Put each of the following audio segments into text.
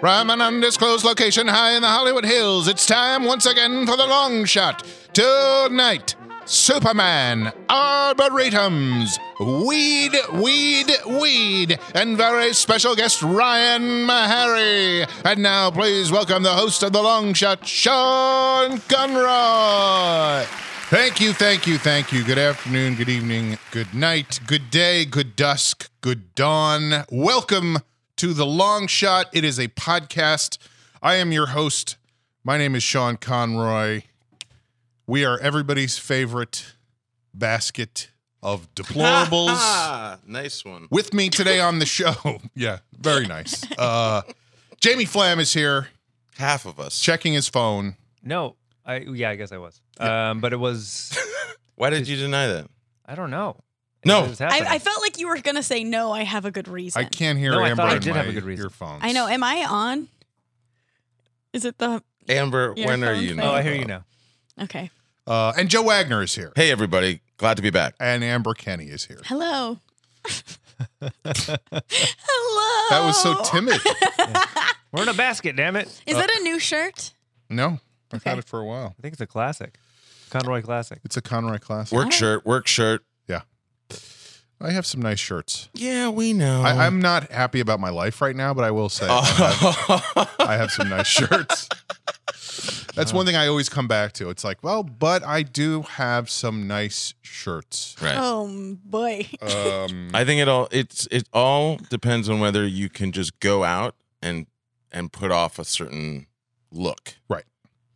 From an undisclosed location high in the Hollywood Hills, it's time once again for the long shot. Tonight, Superman, Arboretums, Weed, Weed, Weed, and very special guest Ryan Meharry. And now, please welcome the host of the long shot, Sean Conroy. Thank you, thank you, thank you. Good afternoon, good evening, good night, good day, good dusk, good dawn. Welcome to The Long Shot. It is a podcast. I am your host. My name is Sean Conroy. We are everybody's favorite basket of deplorables. Ah, nice one. With me today on the show, yeah, very nice. Uh, Jamie Flam is here Half of us. checking his phone. No, I yeah, I guess I was. Um, but it was Why did you deny that? I don't know. No. It was I, happening. I felt like you were gonna say no. I have a good reason. I can't hear No, I Amber. thought I in did my have a good reason. Earphones. I know. Am I on? Is it the Amber, Your when are phone you? thing. Oh, I not hear you up? now. okay? Uh, and Joe Wagner is here. Hey, everybody. Glad to be back. And Amber Kenny is here. Hello. Hello. That was so Oh. timid. We're in a basket, damn it! Is Uh, that a new shirt? No, I've had Okay. it for a while. I think it's a classic, Conroy classic. It's a Conroy classic. Work shirt, work shirt. I have some nice shirts. Yeah, we know. I, I'm not happy about my life right now, but I will say Oh. uh, I have some nice shirts. That's Oh. one thing I always come back to. It's like, well, but I do have some nice shirts. right. Oh m- boy. Um, I think it all it's it all depends on whether you can just go out and and put off a certain look. Right.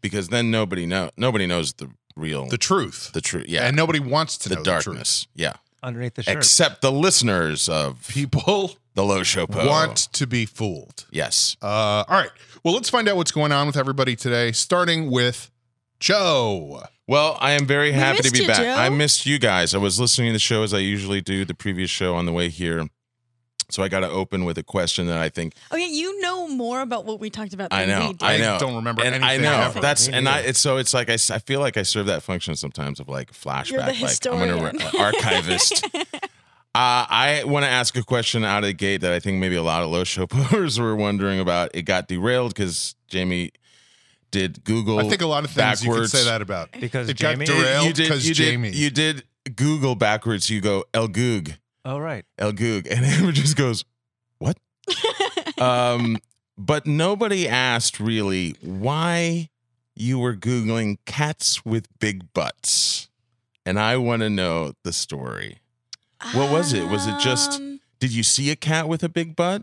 Because then nobody know nobody knows the real the truth. the truth. Yeah. And nobody wants to the know darkness. yeah. Underneath the shirt, Except the listeners of The truth. People the Low Show Po. want to be fooled. Yes. Uh, all right. Well, let's find out what's going on with everybody today, starting with Joe. Well, I am very happy to missed be you, back. Joe. I missed you guys. I was listening to the show as I usually do, the previous show on the way here. So I got to open with a question that I think Oh yeah, you know more about what we talked about. Than I know. We do. I know. don't remember and anything. I know ever. that's Me and I neither. it's so it's like I, s- I feel like I serve that function sometimes of like flashback. You're the like I'm gonna historian. re- archivist. uh, I want to ask a question out of the gate that I think maybe a lot of low show players were wondering about. It got derailed because Jamie did Google. I think a lot of things you could backwards. say that about. because It got Jamie. derailed. you did, 'cause you did- Jamie. you did Google backwards. You go El Goog. oh right, El Goog. And Amber just goes, What? um, but nobody asked really why you were Googling cats with big butts. And I want to know the story. What was it? Was it just- Um, Did you see a cat with a big butt?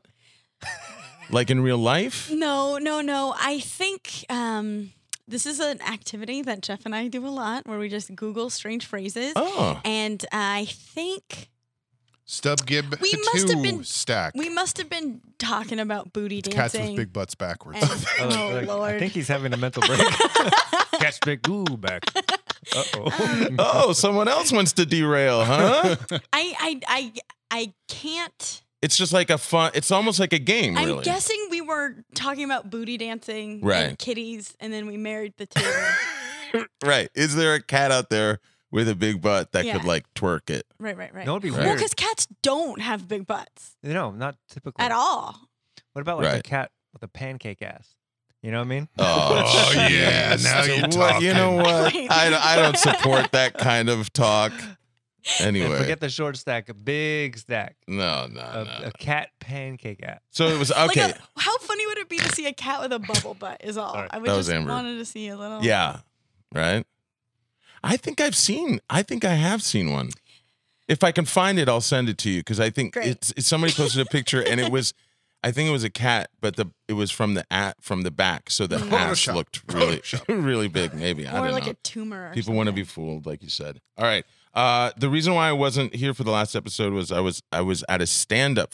like in real life? No, no, no. I think um, this is an activity that Jeff and I do a lot, where we just Google strange phrases, Oh. and I think Stub Gib We must have been- stack. We must have been talking about booty Cats dancing. with big butts backwards. and- Oh, oh, like, lord! I think he's having a mental break. Catch big goo back. Uh Um, oh. Oh, someone else wants to derail, huh? I, I, I, I can't. it's just like a fun, it's almost like a game, really. I'm guessing we were talking about booty dancing, Right. And kitties, and then we married the two. right. Is there a cat out there with a big butt that Yeah. could like twerk it? right, right, right. That would be Right. Well, weird. because cats don't have big butts no, not typically at all. What about like a Right. cat with a pancake ass? You know what I mean? Oh, yeah, jeez. now you're What- You know what? Wait. I, I don't support that kind of talk. And Anyway, forget the short stack, a big stack, no, no, a, Uh, no. a cat pancake ass. So it was okay. Like a, how funny would it be to see a cat with a bubble butt? Is all. All right, I would that was just Amber. wanted to see a little. yeah, right. I think I've seen. I think I have seen one. If I can find it, I'll send it to you because I think Great. it's, it's somebody posted a picture and it was. I think it was a cat, but the it was from the at from the back, so the ass Photoshop. looked really really big. Maybe I Or don't Mm-hmm. like know. a tumor. Or People want to be fooled, like you said. All right. Uh, the reason why I wasn't here for the last episode was I was I was at a stand up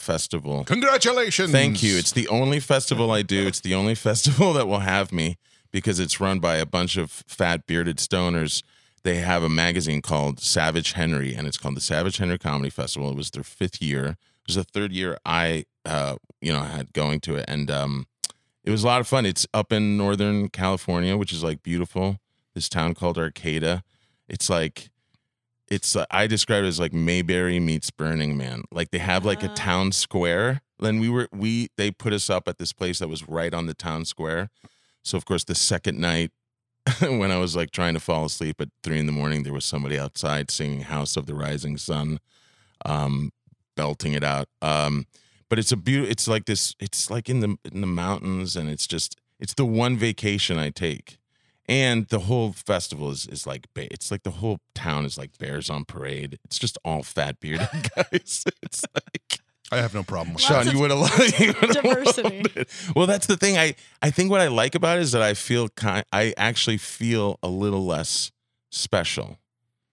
festival. Congratulations. Thank you. It's the only festival I do. It's the only festival that will have me because it's run by a bunch of fat bearded stoners. They have a magazine called Savage Henry, and it's called the Savage Henry Comedy Festival. It was their fifth year. It was the third year I, uh, you know, had going to it, and um, it was a lot of fun. It's up in Northern California, which is like beautiful. This town called Arcata. It's like it's uh, I describe it as like Mayberry meets Burning Man. Like they have like a Ah. town square Then we were we they put us up at this place that was right on the town square. So of course the second night when I was like trying to fall asleep at three in the morning, there was somebody outside singing House of the Rising Sun, um, belting it out. Um, but it's a beautiful it's like this it's like in the in the mountains and it's just it's the one vacation I take. And the whole festival is, is like ba- it's like the whole town is like bears on parade. It's just all fat bearded guys. It's like I have no problem with Lots Sean, that. of you would have loved you would've diversity. loved it. Well, that's the thing. I I think what I like about it is that I feel kind. I actually feel a little less special,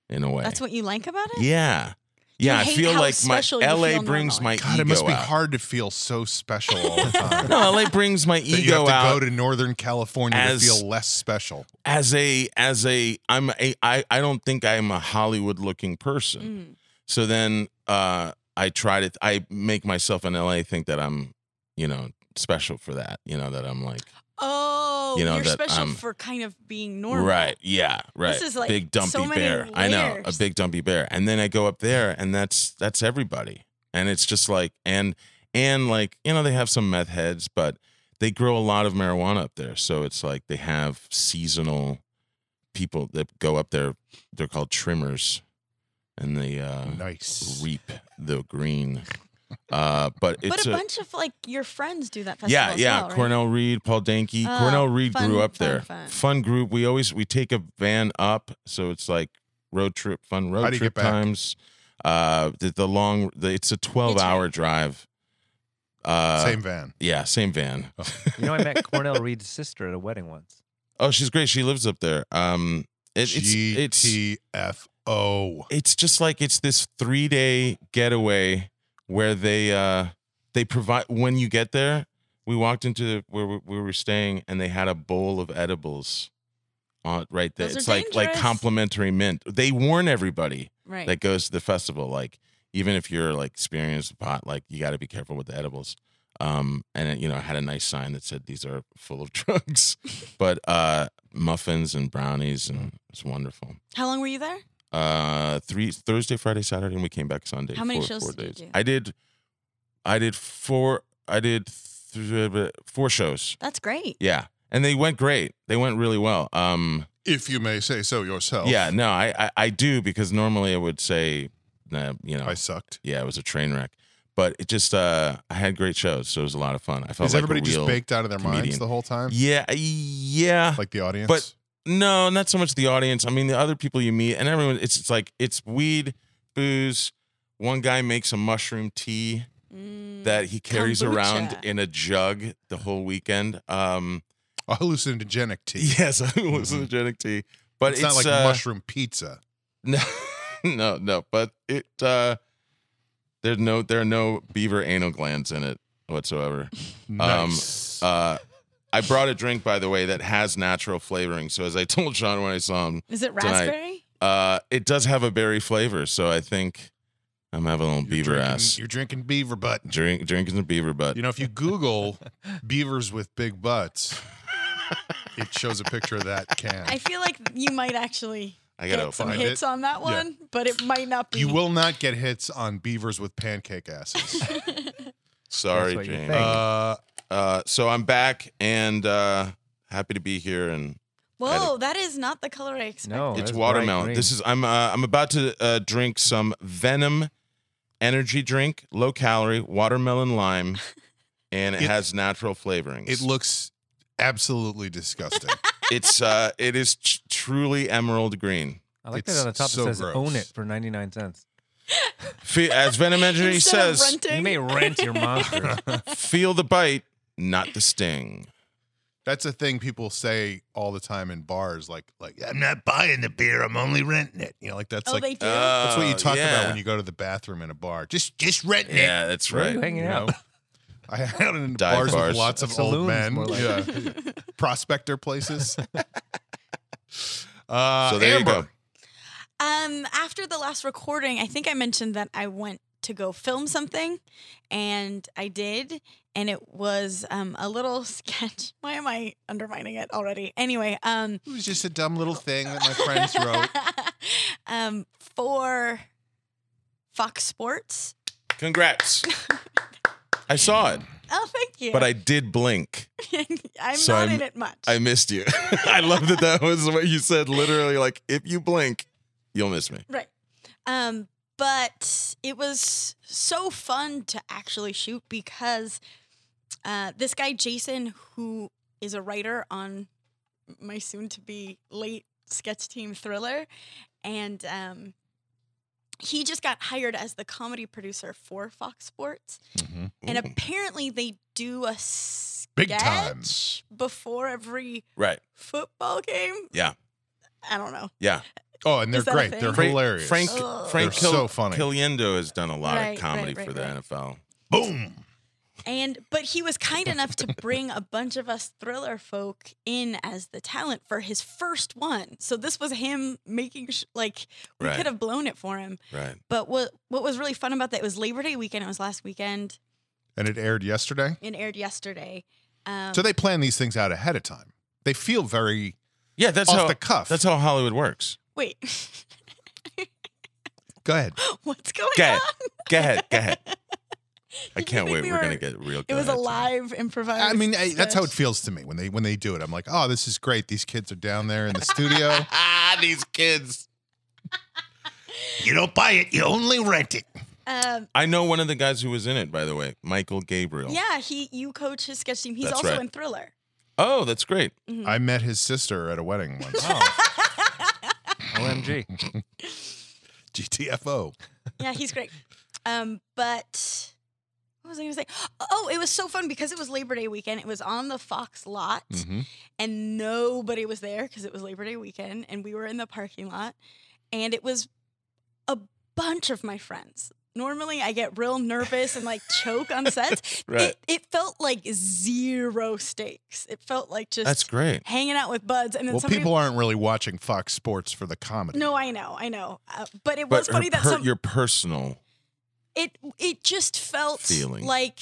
in a way. That's what you like about it? Yeah, You yeah. I hate feel how like my special you LA feel brings my normally. God, ego it must be out. hard to feel so special all the time. No, LA brings my that you have ego to out. go to Northern California as- to feel less special. as a as a I'm a I I don't think I'm a Hollywood looking person. Mm. So then uh, I try to I make myself in LA think that I'm you know special for that. You know that I'm like Oh, You you know, are that special I'm- for kind of being normal. right yeah right is like big dumpy so many bear I know a layers. big dumpy bear and then I go up there and that's that's everybody and it's just like and and like you know they have some meth heads but they grow a lot of marijuana up there so it's like they have seasonal people that go up there they're called trimmers and they uh, Nice. reap the green. Uh, but it's But a, a, bunch of like your friends do that festival. yeah, as yeah. well, right? Cornell Reed, Paul Danke. Oh, Cornell Reed fun, grew up fun, there. fun. group. We always we take a van up, so it's like road trip, fun road How do you trip get back? times. Uh, the, the long, the, it's a twelve-hour drive. Uh, Same van. Yeah, same van. You know, I met Cornell Reed's sister at a wedding once. Oh, she's great. She lives up there. Um, it, it's it's GTFO. it's just like it's this three day getaway where they uh they provide when you get there we walked into where we we were staying and they had a bowl of edibles on right there Those are it's like like dangerous. complimentary mint they warn everybody Right. that goes to the festival like even if you're like experienced with pot like you got to be careful with the edibles um and it, you know I had a nice sign that said these are full of drugs but uh muffins and brownies and it's wonderful How long were you there? uh three Thursday, Friday, Saturday, and we came back Sunday. How many four, shows four did you days. do? I did I did four I did th- four shows. That's great. Yeah. And they went great. They went really well. Um If you may say so yourself. yeah, no, I, I I do because normally I would say nah, you know I sucked. yeah, it was a train wreck. But it just uh I had great shows, so it was a lot of fun. I felt Is like a everybody just real- baked out of their minds comedian. the whole time? Yeah, yeah. Like the audience? But- No, not so much the audience. I mean, the other people you meet and everyone. It's, it's like it's weed, booze. One guy makes a mushroom tea Mm. that he carries around Kombucha. in a jug the whole weekend. Um, a hallucinogenic tea. yes, hallucinogenic tea, but Mm-hmm. it's, it's, not like uh, mushroom pizza. No, no, no. But it uh, there's no there are no beaver anal glands in it whatsoever. Nice. um, Uh, I brought a drink by the way that has natural flavoring. So as I told Sean when I saw him, Is it tonight. raspberry? Uh, it does have a berry flavor, so I think I'm having a little You're beaver drinking- ass. You're drinking beaver butt. Drink drinking some beaver butt. You know, if you Google beavers with big butts, it shows a picture of that can. I feel like you might actually I gotta get some find hit. it. hits on that Yeah. one, but it might not be. you will not get hits on beavers with pancake asses. Sorry, what you James. think. Uh, uh, uh, so I'm back and uh, happy to be here. And Whoa, that is not the color I expected. No, it's watermelon. This is I'm uh, I'm about to uh, drink some Venom energy drink, low calorie, watermelon lime, and it, It- has natural flavorings. it looks absolutely disgusting. it's uh, it is tr- truly emerald green. I like it's that on the top. so it says gross. "Own it" for ninety nine cents. Fe- As Venom Energy Instead of says, renting- You may rent your monster. feel the bite, not the sting. That's a thing people say all the time in bars. Like, like I'm not buying the beer. I'm only renting it. You know, like that's oh, like they do. that's what you Oh, talk about yeah. when you go to the bathroom in a bar. Just, just renting it. Yeah, that's Where are you right. hanging You out? know? I had it in Dive bars, bars. with lots of old Saloons, men. more like. yeah. Prospector places. uh, So there you Amber, go. Um, after the last recording, I think I mentioned that I went to go film something, and I did, and it was um, a little sketch. Why am I undermining it already? Anyway, um, It was just a dumb little thing that my friends wrote. um, for Fox Sports. Congrats. I saw it, Oh, thank you. but I did blink. I'm so not I'm- in it much. I missed you. I love that that was what you said. Literally, like if you blink, you'll miss me. Right. Um, but it was so fun to actually shoot because uh, this guy Jason, who is a writer on my soon-to-be late sketch team thriller, and um, he just got hired as the comedy producer for Fox Sports, Mm-hmm. and Ooh. apparently they do a sketch Mm. Big time. before every right? football game. Yeah. I don't know. Yeah. Oh, and they're Is that a great. thing? They're Frank- hilarious. Frank Ugh. Frank They're Kil- so funny. Kiliendo has done a lot Right, of comedy right, right, for the right. NFL. Boom. And but he was kind enough to bring a bunch of us thriller folk in as the talent for his first one. So this was him making sh- like we Right. could have blown it for him. Right. But what what was really fun about that it was Labor Day weekend. It was last weekend And it aired yesterday. and aired yesterday. Um, So they plan these things out ahead of time. They feel very Yeah, that's off how the cuff. that's how Hollywood works. wait, Go ahead. what's going Go on? ahead. Go ahead. Go ahead. I You can't think wait. we We're were- gonna get real. It go was a ahead tonight. live improvised. I mean, I, that's how it sketch. feels to me when they when they do it. I'm like, oh, this is great. These kids are down there in the studio. Ah, these kids. you don't buy it. You only rent it. Um, I know one of the guys who was in it, by the way, Michael Gabriel. yeah, he you coach his sketch team. He's That's also right. in Thriller. Oh, that's great. I met his sister at a wedding once. Oh. OMG. GTFO. Yeah, he's great. Um, but what was I going to say? Oh, it was so fun because it was Labor Day weekend. It was on the Fox lot, Mhm. and nobody was there because it was Labor Day weekend, and we were in the parking lot, and it was a bunch of my friends. Normally, I get real nervous and like choke on sets. Right. It, it felt like zero stakes. It felt like just That's great. hanging out with buds, and then Well, somebody. people aren't really watching Fox Sports for the comedy. no, I know, I know, uh, but it But was funny her that per- some, your personal it it just felt Feeling. like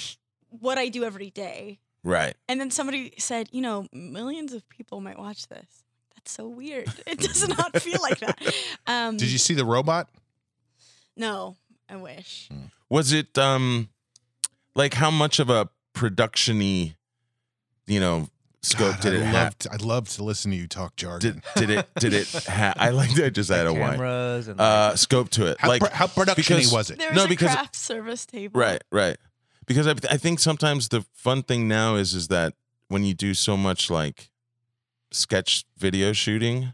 what I do every day. right. And then somebody said, you know, millions of people might watch this. That's so weird. It does not feel like that. Um, Did you see the robot? No, I wish. Was it um like how much of a production-y, you know, scope God, did I it loved, have? I love to listen to you talk jargon. Did did it did it ha- I like that I just add a Y. Cameras and Uh scope to it. how, like pro- how production because- was it? There was No, a because- craft service table. Right, right. Because I, I think sometimes the fun thing now is is that when you do so much like sketch video shooting,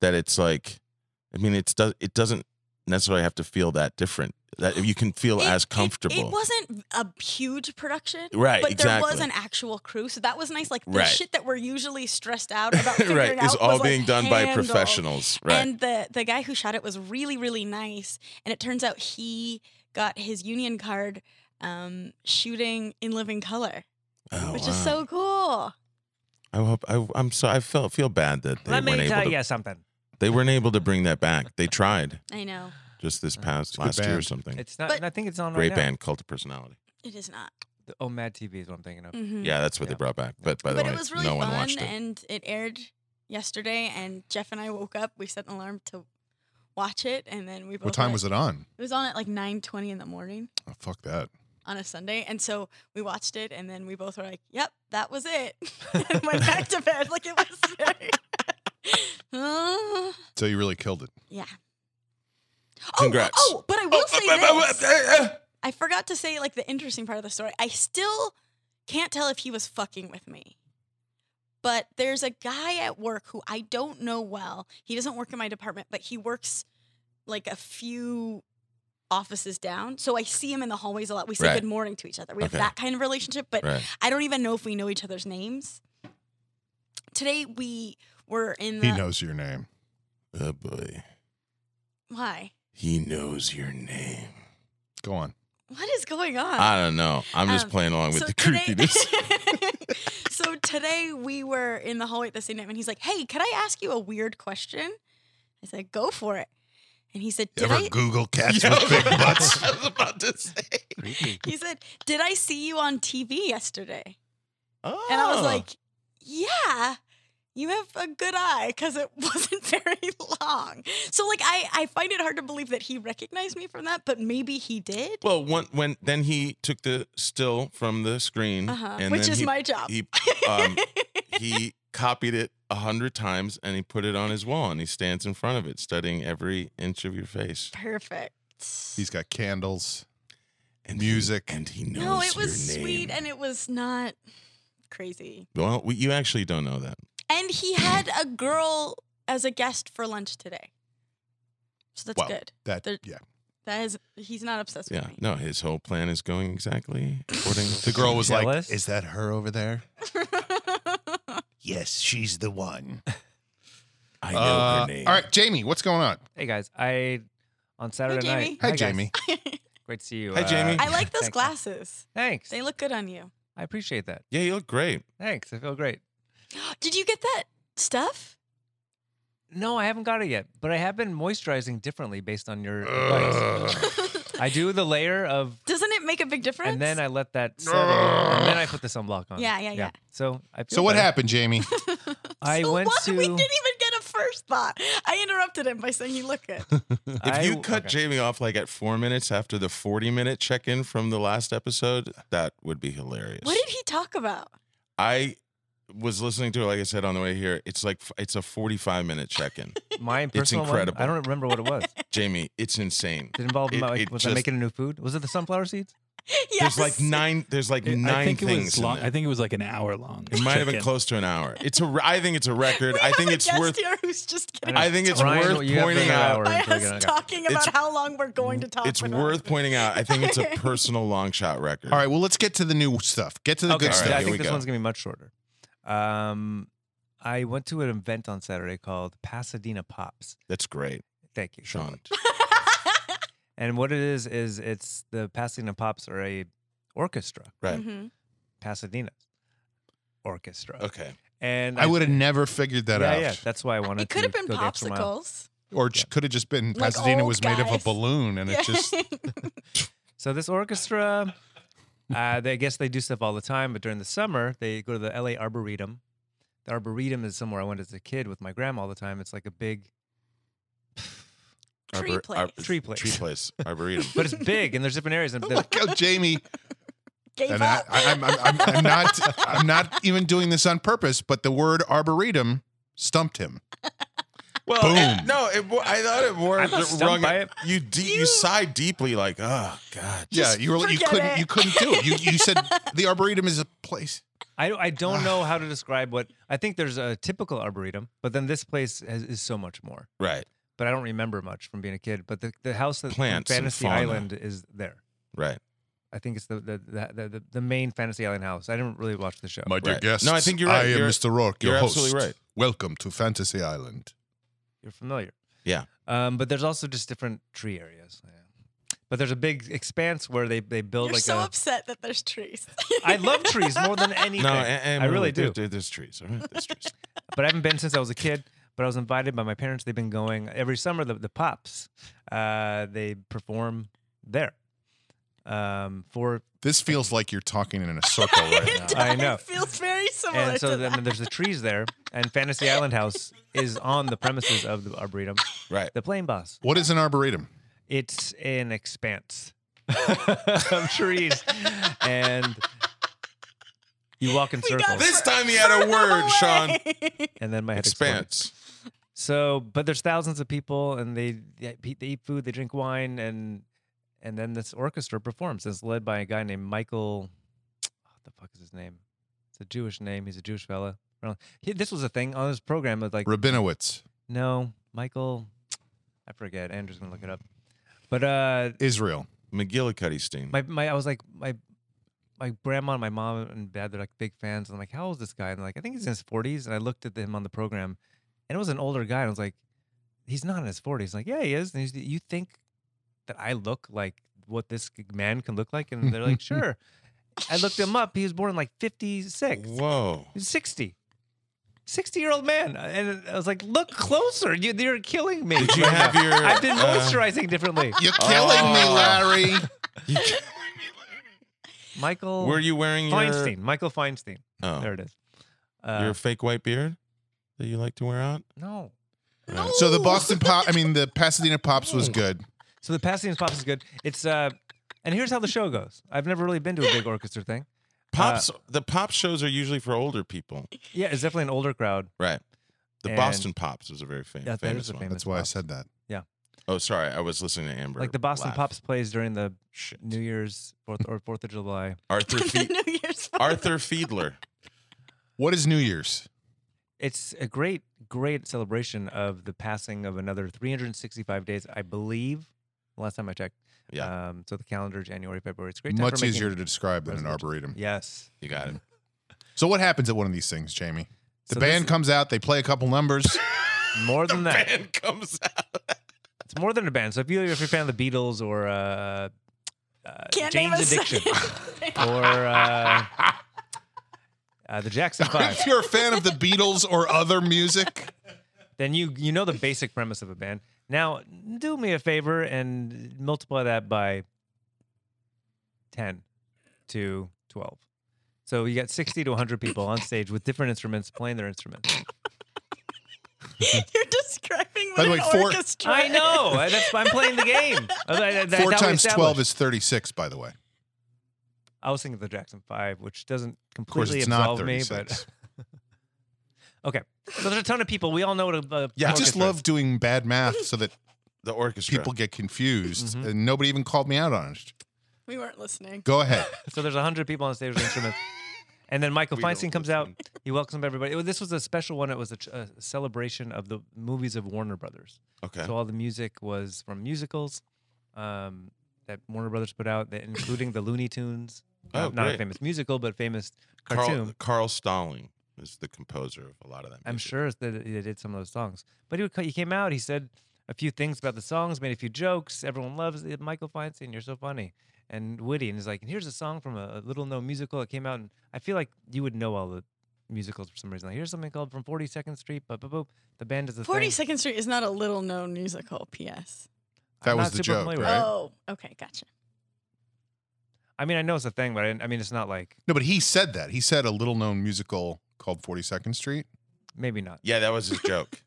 that it's like, I mean, it's does it doesn't necessarily have to feel that different. That you can feel It- as it- comfortable. It, wasn't a huge production. Right, But there was exactly. an actual crew. So that was nice. Like the Right. shit that we're usually stressed out about figuring right, out it's all was, like, being done by handled. professionals. Right, And the the guy who shot it was really really nice, and it turns out he got his union card um, shooting in living color, Oh, which is wow. so cool. I hope I, I'm so I felt feel bad that they Let weren't me able tell to, you something. they weren't able to bring that back. They tried I know just this past a good last year or band. something. It's not. But- I think it's on Great right band, Cult of Personality. it is not. now. The OMAD TV is what I'm thinking of. Mhm. Yeah, that's what Yeah. they brought back. But by but the way, it was really no one fun, watched it. and it aired yesterday. And Jeff and I woke up. We set an alarm to watch it, and then we. Both What time was it on? It was on at like nine twenty in the morning Oh, fuck that. on a Sunday, and so we watched it, and then we both were like, "Yep, that was it," and went back to bed. Like it was. Very... Uh, So you really killed it. Yeah. Congrats. Oh, oh, but I will say this. I forgot to say like the interesting part of the story. I still can't tell if he was fucking with me. But there's a guy at work who I don't know well. He doesn't work in my department, but he works like a few offices down. So I see him in the hallways a lot. We say Right. good morning to each other. We have Okay. that kind of relationship, but Right. I don't even know if we know each other's names. Today we were in the He knows your name. Oh boy. why? He knows your name. Go on. What is going on? I don't know. I'm just Uh, Um, playing along with the today, creepiness. so today we were in the hallway at the same time, and he's like, "Hey, can I ask you a weird question?" I said, "Go for it." And he said, "Did Ever I?" Google cats Yeah. with big butts? I was about to say. Creepy. He said, "Did I see you on TV yesterday?" Oh. And I was like, "Yeah." you have a good eye because it wasn't very long. So like I, I find it hard to believe that he recognized me from that, but maybe he did. Well, one, when then he took the still from the screen, Uh-huh. Mm, and Which then is he, my job. he um, he copied it a hundred times and he put it on his wall, and he stands in front of it, studying every inch of your face. Perfect. He's got candles. And Music. he, and he knows no, it was your name. sweet and it was not crazy. well, we, you actually don't know that. And he had a girl as a guest for lunch today. So that's Wow. good. That There- yeah. That is he's not obsessed Yeah, with me. no, his whole plan is going exactly according. to The girl was Jealous? like, "Is that her over there?" Yes, she's the one. I know Uh, her name. all right, Jamie, what's going on? Hey guys, I on Saturday Jamie. night. Hi, guys. Jamie. Great to see you. uh, Hi, Jamie. I like those thanks. glasses. Thanks. They look good on you. I appreciate that. Yeah, you look great. Thanks. I feel great. Did you get that stuff? No, I haven't got it yet, but I have been moisturizing differently based on your advice. I do the layer of, Doesn't it make a big difference? and then I let that settle, and then I put the sunblock on. Yeah, yeah, yeah. So I. Feel So what better. happened, Jamie? I So went what? to. We didn't even get a first thought. I interrupted him by saying you look good. If I- you cut okay. Jamie off like at four minutes after the 40 minute check in from the last episode, that would be hilarious. what did he talk about? I was listening to it, like I said, on the way here. It's like, it's a 45 minute check in. my personal one, incredible. I don't remember what it was. Jamie, it's insane. Did it involve It- like, it was just- I making a new food? Was it the sunflower seeds? Yes. There's like nine, there's like It- nine I think things. It was in long, there. I think it was like an hour long. it might have been check-in. close to an hour. It's a, re- I think it's a We record. I have think a it's guest worth, here who's just getting I think it's torn Ryan, worth you have pointing another out. hour by until we us get- talking about It's- how long we're going to talk. It's for worth now. pointing out. I think it's a personal long shot record. All right, well, let's get to the new stuff. Get to the okay, good all stuff. yeah, I here think we this go. one's gonna be much shorter. Um, I went to an event on Saturday called Pasadena Pops. That's great, Thank you, so Sean. much. And what it is is it's the Pasadena Pops are a orchestra, Right. Mhm. Pasadena orchestra. Okay. And I would have never figured that yeah, out. yeah, that's why I wanted. It could have to been go the extra mile. popsicles. Or it could have just been Like Pasadena old was made of a guys. balloon and Yeah. it just So this orchestra, uh, they, I guess they do stuff all the time, but during the summer they go to the LA Arboretum. The Arboretum is somewhere I went as a kid with my grandma all the time. It's like a big, Tree Arbor- place. arbor- Tree place. Tree place. Arboretum. but it's big and there's different areas. And I the- like how Jamie Gave and I, up. I, I'm, I'm, I'm, I'm not I'm not even doing this on purpose, but the word arboretum stumped him. Well, Boom. it- no, it, wa- I thought it wore I'm not the stumped wrong. by it. You, de- you You- sighed deeply, like, oh god. yeah, you were you forget couldn't it. you couldn't do it. You you said the arboretum is a place. I, I don't know how to describe what I think there's a typical arboretum, but then this place has, is so much more. Right, But I don't remember much from being a kid. But the, the house that Plants and Fantasy fauna. Island is there. right. I think it's the the, the, the, the the main Fantasy Island house. I didn't really watch the show. My dear Right. guests, No, I think you're right. I am You're- Mr. Rourke, your you're absolutely host. right. Welcome to Fantasy Island. You're familiar. Yeah. Um, but there's also just different tree areas. Yeah. But there's a big expanse where they, they build You're like so a. upset that there's trees. I love trees more than anything. No, eh. and, and I really there- do. there- There's trees. All right, there's trees. but I haven't been since I was a kid. But I was invited by my parents. They've been going every summer. The, the pops, uh, they perform there. Um, for This feels like you're talking in a circle right now. It I know. feels very similar. and so to then there's the trees there, and Fantasy Island House is on the premises of the arboretum. Right. The plane bus. What is an arboretum? It's an expanse of trees, and you walk in We got circles. This time he had a word, Sean. Sean. and then my head exploded. Expanse. So, but there's thousands of people, and they they eat- they eat food, they drink wine, and and then this orchestra performs. It's led by a guy named Michael. What the fuck is his name? It's a Jewish name. He's a Jewish fella. I don't- He, this was a thing on his program. It was like Rabinowitz, no, Michael. I forget. Andrew's gonna look it up. But uh, Israel. McGillicuddy steam. my my I was like my my grandma and my mom and dad they're like big fans and I'm like how old is this guy and they're like I think he's in his 40s and I looked at him on the program and it was an older guy and I was like he's not in his 40s like yeah he is and he's, you think that I look like what this man can look like and they're like sure I looked him up he was born in like 56 Whoa. He's 60 60 year old man and I was like look closer you, you're killing me Did you have your? I've been uh, moisturizing differently You're Oh. killing me, Larry. Michael Were you wearing your? Feinstein Michael Feinstein Oh, There it is. Uh, your fake white beard. that you like to wear out? No. No. So the Boston Pop, I mean the Pasadena Pops was Ooh. good. So the Pasadena Pops is good. It's uh, and here's how the show goes. I've never really been to a big orchestra thing. Pops. the pop shows are usually for older people, Yeah, it's definitely an older crowd. right? The And- Boston Pops was a very fam- Yeah, that famous is a one. famous That's why I Pops. said that. Oh, sorry, I was listening to Amber. Like the Boston laugh. Pops plays during the Shit. New Year's Fourth or Fourth of July. Arthur the Fe- New Year's one. Arthur Fiedler. What is New Year's? It's a great, great celebration of the passing of another 365 days, I believe. Last time I checked. Yeah, Um, so the calendar, January, February. It's a great. Time Much for making- easier to describe than an resolutions. arboretum. Yes. you got it. So what happens at one of these things, Jamie? The So this band is comes out, they play a couple numbers. more than that. Band comes out. It's more than a band. So if you if you're a fan of the Beatles or uh, uh, Can't name Jane's a Addiction second. or uh, uh, the Jackson Five, if you're a fan of the Beatles or other music, then you you know the basic premise of a band. Now do me a favor and multiply that by ten to twelve. So you got sixty to hundred people on stage with different instruments playing their instruments. You're describing what By the way, an four- orchestra I is. know. I- That's I'm playing the game. I- I- I- that's four how we times twelve established. is thirty-six. By the way, I was thinking of the Jackson Five, which doesn't of course completely it's not absolve me, but thirty-six. So there's a ton of people. We all know what a, a I just orchestra love is. doing bad math so that The orchestra. people get confused, Mhm. and nobody even called me out on it. We weren't listening. Go ahead. So there's hundred people on stage with instruments, and then Michael We don't Feinstein comes out. listen. He welcomes everybody. It was- this was a special one. It was a, ch- a celebration of the movies of Warner Brothers. Okay. So all the music was from musicals um, that Warner Brothers put out, that, including the Looney Tunes. Oh, Uh, not a great. famous musical, but famous Carl, cartoon. Carl Stalling is the composer of a lot of that. I'm music. sure that he did some of those songs. But he, would, he came out, he said a few things about the songs, made a few jokes. Everyone loves it. Michael Feinstein, you're so funny and witty. And he's like, and here's a song from a, a little known musical that came out. And I feel like you would know all the musicals for some reason. Like, here's something called From 42nd Street. But the band is the Forty thing. Second Street is not a little known musical. P.S. I'm That was not the super joke, familiar with right? it. Oh, okay, gotcha. I mean, I know it's a thing, but I, didn't- I mean, it's not like No, but he said that. He said a little-known musical called Forty Second Street. maybe not. Yeah, that was his joke.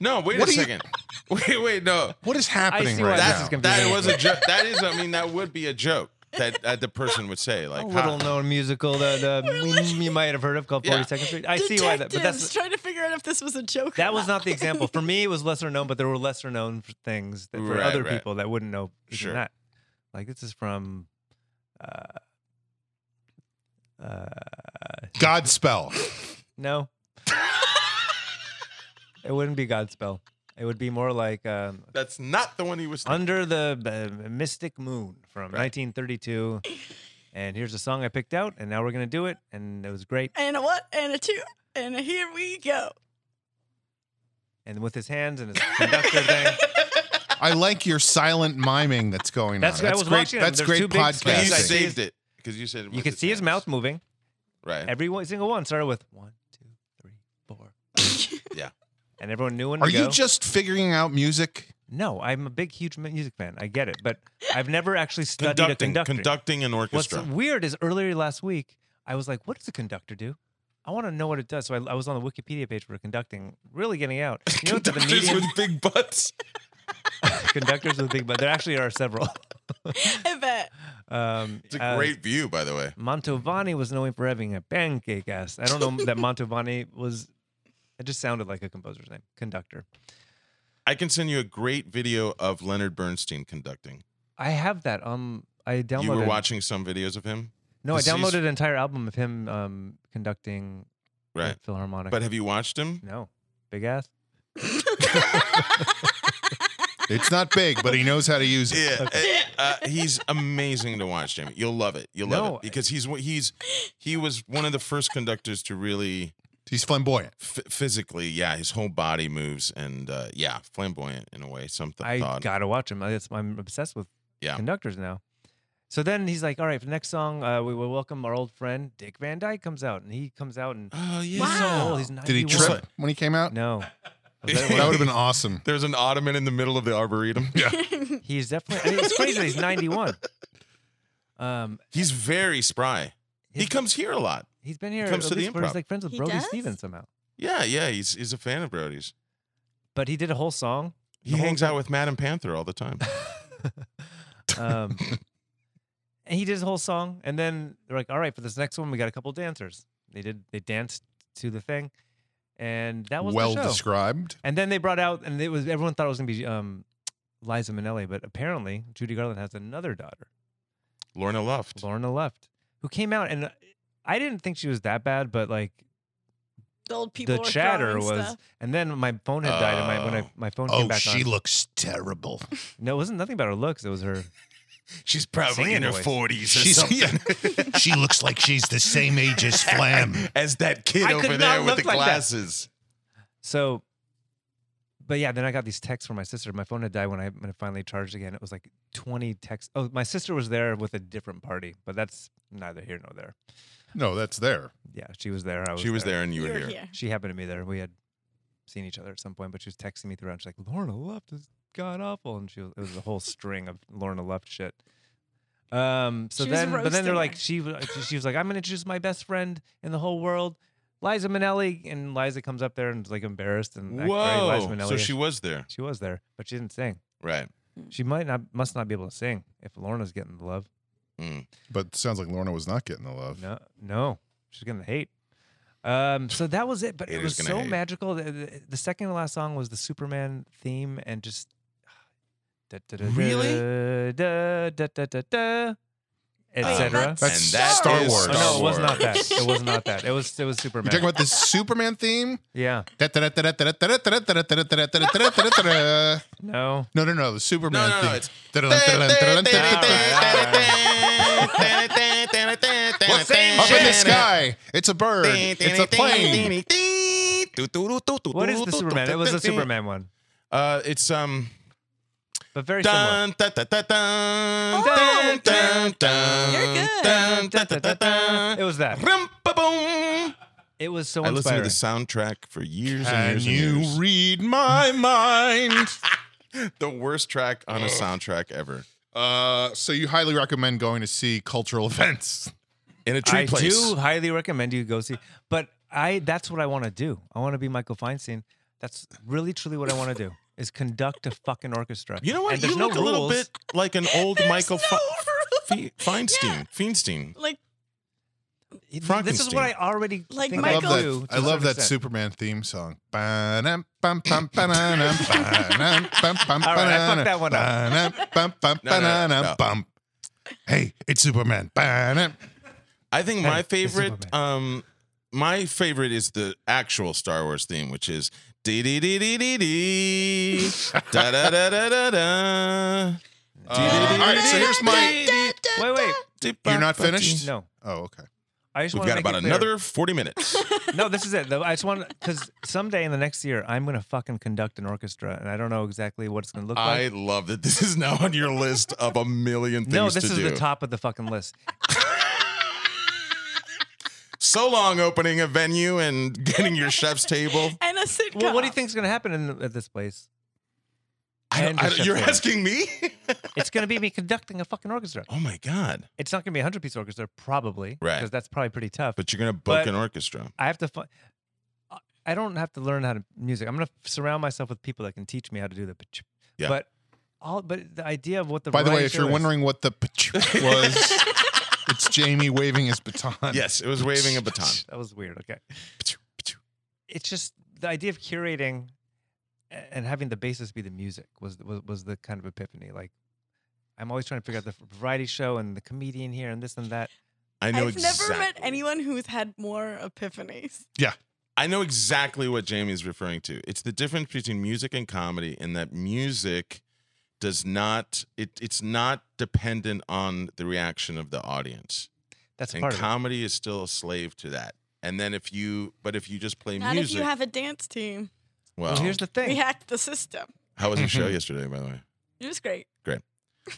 no, wait What a do you- second. wait, wait, no. What is happening see right why this now? is confusing. That Confusing. was a joke. That is, I mean, that would be a joke that, that the person would say, like, a "Huh." little known musical that uh, We're we- like- you might have heard of called Yeah. 42nd Street. I see why that, but that's Detectives trying to figure out if this was a joke. or That was not the example. For me, it was lesser known, but there were lesser known f- things that for Right, other right. people that wouldn't know even Sure. that. Like this is from uh uh Godspell. no. it wouldn't be Godspell. It would be more like um That's not the one he was. Thinking. Under the uh, Mystic Moon from Right. 1932. And here's a song I picked out, and now we're gonna do it, and it was great. and a what? And a two? And a here we go. And with his hands and his conductor thing, I like your silent miming that's going That's- on. I That's was great. watching him. that's There's great two big But you Yes, I podcasting. see. saved it because you said it you with could see his hands. mouth moving. Right. Every one, single one started with one, two, three, four. Yeah. And everyone knew when Are to go. you just figuring out music? no, I'm a big, huge mu- music fan. I get it, but I've never actually studied Conducting, a conductor. conducting an What's orchestra. weird is earlier last week, I was like, "What does a conductor do?" I want to know what it does. So I, I was on the Wikipedia page for conducting, really getting out. You know, what the Conductors median with big butts. conductors with big, but there actually are several. I bet. Um, It's a uh, great view, by the way. Mantovani was known for having a pancake ass. I don't know that Mantovani was. It just sounded like a composer's name, conductor. I can send you a great video of Leonard Bernstein conducting. I have that. Um, I downloaded. You were watching some videos of him, No, I 'cause he's- downloaded an entire album of him um, conducting the right? Philharmonic. But have you watched him? no, big ass. It's not big, but he knows how to use it. Yeah, uh, uh, he's amazing to watch, Jamie. You'll love it. You'll love No, it because he's one- he's he was one of the first conductors to really He's flamboyant. f- physically, yeah, his whole body moves and uh, yeah, flamboyant in a way. Something I thought. gotta watch him. I- That's, I'm obsessed with Yeah. conductors now. So then he's like, "All right, for the next song, uh, we will welcome our old friend Dick Van Dyke comes out, and he comes out and oh yeah. he's so old. He's 91. Did he Just trip when he came out? No, Was Yeah. that That what- would have been awesome. There's an ottoman in the middle of the arboretum. Yeah, he's definitely. I mean, it's crazy. that He's 91. Um, he's very spry. He his- comes here a lot. He's been here. comes at to the least where he's improv. like friends with He Brody does? Stevens somehow. Yeah, yeah, he's he's a fan of Brody's. But he did a whole song. He The whole hangs thing- out with Madam Panther all the time. um, and he did his whole song, and then they're like, "All right, for this next one, we got a couple dancers." They did. They danced to the thing, and that was well the show. described. And then they brought out, and it was everyone thought it was gonna be um, Liza Minnelli, but apparently Judy Garland has another daughter, Lorna Luft. Lorna Luft, who came out, and uh, I didn't think she was that bad, but like The old people. the were chatter throwing was. stuff. And then my phone had died, and my when I, Oh. my phone came Oh, back she on. looks terrible. No, it wasn't nothing about her looks. It was her. She's Singing voice. forties She's- she looks like she's the same age as Flam. As that kid I over could there not with the look like that. glasses. So, but yeah, then I got these texts from my sister. My phone had died when I when it finally charged again. It was like twenty texts. Oh, my sister was there with a different party, but that's neither here nor there. No, that's there. Yeah, she was there. I was She was there and you You were were here. here. She happened to be there. We had seen each other at some point, but she was texting me throughout. She's like, "Lorna Luft is god awful," and she was, it was a whole string of Lorna Luft shit. Um, so She was then, but then roasting they're like, her. she was- she was like, "I'm gonna introduce my best friend in the whole world." Liza Minnelli and Liza comes up there and is like embarrassed and act very Liza Whoa! Minnelli So she was there, She was there, but she didn't sing. right? She might not, must not be able to sing if Lorna's getting the love. Mm. But it sounds like Lorna was not getting the love. No, no, she's getting the hate. Um, so that was it, but it Haters was gonna so hate. magical. The, the, the second to last song was the Superman theme, and just da, da, da, Really? Oh, da, da, da, da, da, etc. that's- That's And that Star is Wars. Oh, Star no, it was not Wars. that. It was not that. It was it was Superman. You're talking about the Superman theme? yeah, No, no. no, no, the Superman No, no, no. theme. It's What's Up in the sky, it's a bird, it's a plane. What is the Superman? It was the Superman one, Uh, it's um. but very similar. Dun, dun, dun, dun, dun, Oh. dun, dun, dun, You're good. dun, Da, dun, da, dun, da, dun, da. dun. It was that. Rum, ba, boom. It was so I inspiring. listened to the soundtrack for years Can and years. you and years. read my mind? the worst track on a soundtrack ever Uh, so you highly recommend going to see cultural events. in a tree I place. do highly recommend you go see. But I that's what I want to do. I want to be Michael Feinstein. That's really truly what I want to do is conduct a fucking orchestra. You know what? And You there's no look a little rules. bit like an old Michael no Fe- Feinstein. Feinstein. Like This is what I already Like think I love Michael- I do. that. to I a love certain that extent. Superman theme song. Ba-dum, bum, bum, ba-dum, ba-dum, bum, bum, All right, I fucked ba-dum, that one up. ba-dum, bum, bum, No, no, no, ba-dum, no. bum. Hey, it's Superman. Ba-dum. I think Hey, my it's favorite, Superman. um, my favorite is the actual Star Wars theme, which is dee dee dee dee dee dee da da da da da da. Uh, all right, so here's my. Wait, wait. You're not finished? No, Oh, okay. I just We've want got to about another forty minutes. No, this is it. though. I just want because someday in the next year, I'm gonna fucking conduct an orchestra, and I don't know exactly what it's gonna look like. I love that this is now on your list of a million things no, this to is do. the top of the fucking list. So long opening a venue and getting your chef's table. and a sitcom. Well, what do you think's gonna happen in, at this place? I don't- And I the don't- chef's you're table. asking me? It's gonna be me conducting a fucking orchestra. oh my god! It's not gonna be a hundred piece orchestra, probably, Right. Because that's probably pretty tough. But you're gonna book But- an orchestra. I have to find. I don't have to learn how to music. I'm gonna surround myself with people that can teach me how to do the. pitch. Yeah. But all, but the idea of what the. By the way, variety if show you're is- wondering what the pitch was, it's Jamie waving his baton. Yes, it was waving a baton. that was weird. Okay. It's just the idea of curating, a- and having the basis be the music was was, was the kind of epiphany. Like, I'm always trying to figure out the variety show and the comedian here and this and that. I know I've exactly. never met anyone who's had more epiphanies. I know exactly what Jamie's referring to. It's the difference between music and comedy in that music does not it it's not dependent on the reaction of the audience. That's and part of it. comedy is still a slave to that. And then if you but if you just play Not music, if you have a dance team. well, Well, here's the thing. We hacked the system. how was your show yesterday by the way? It was great.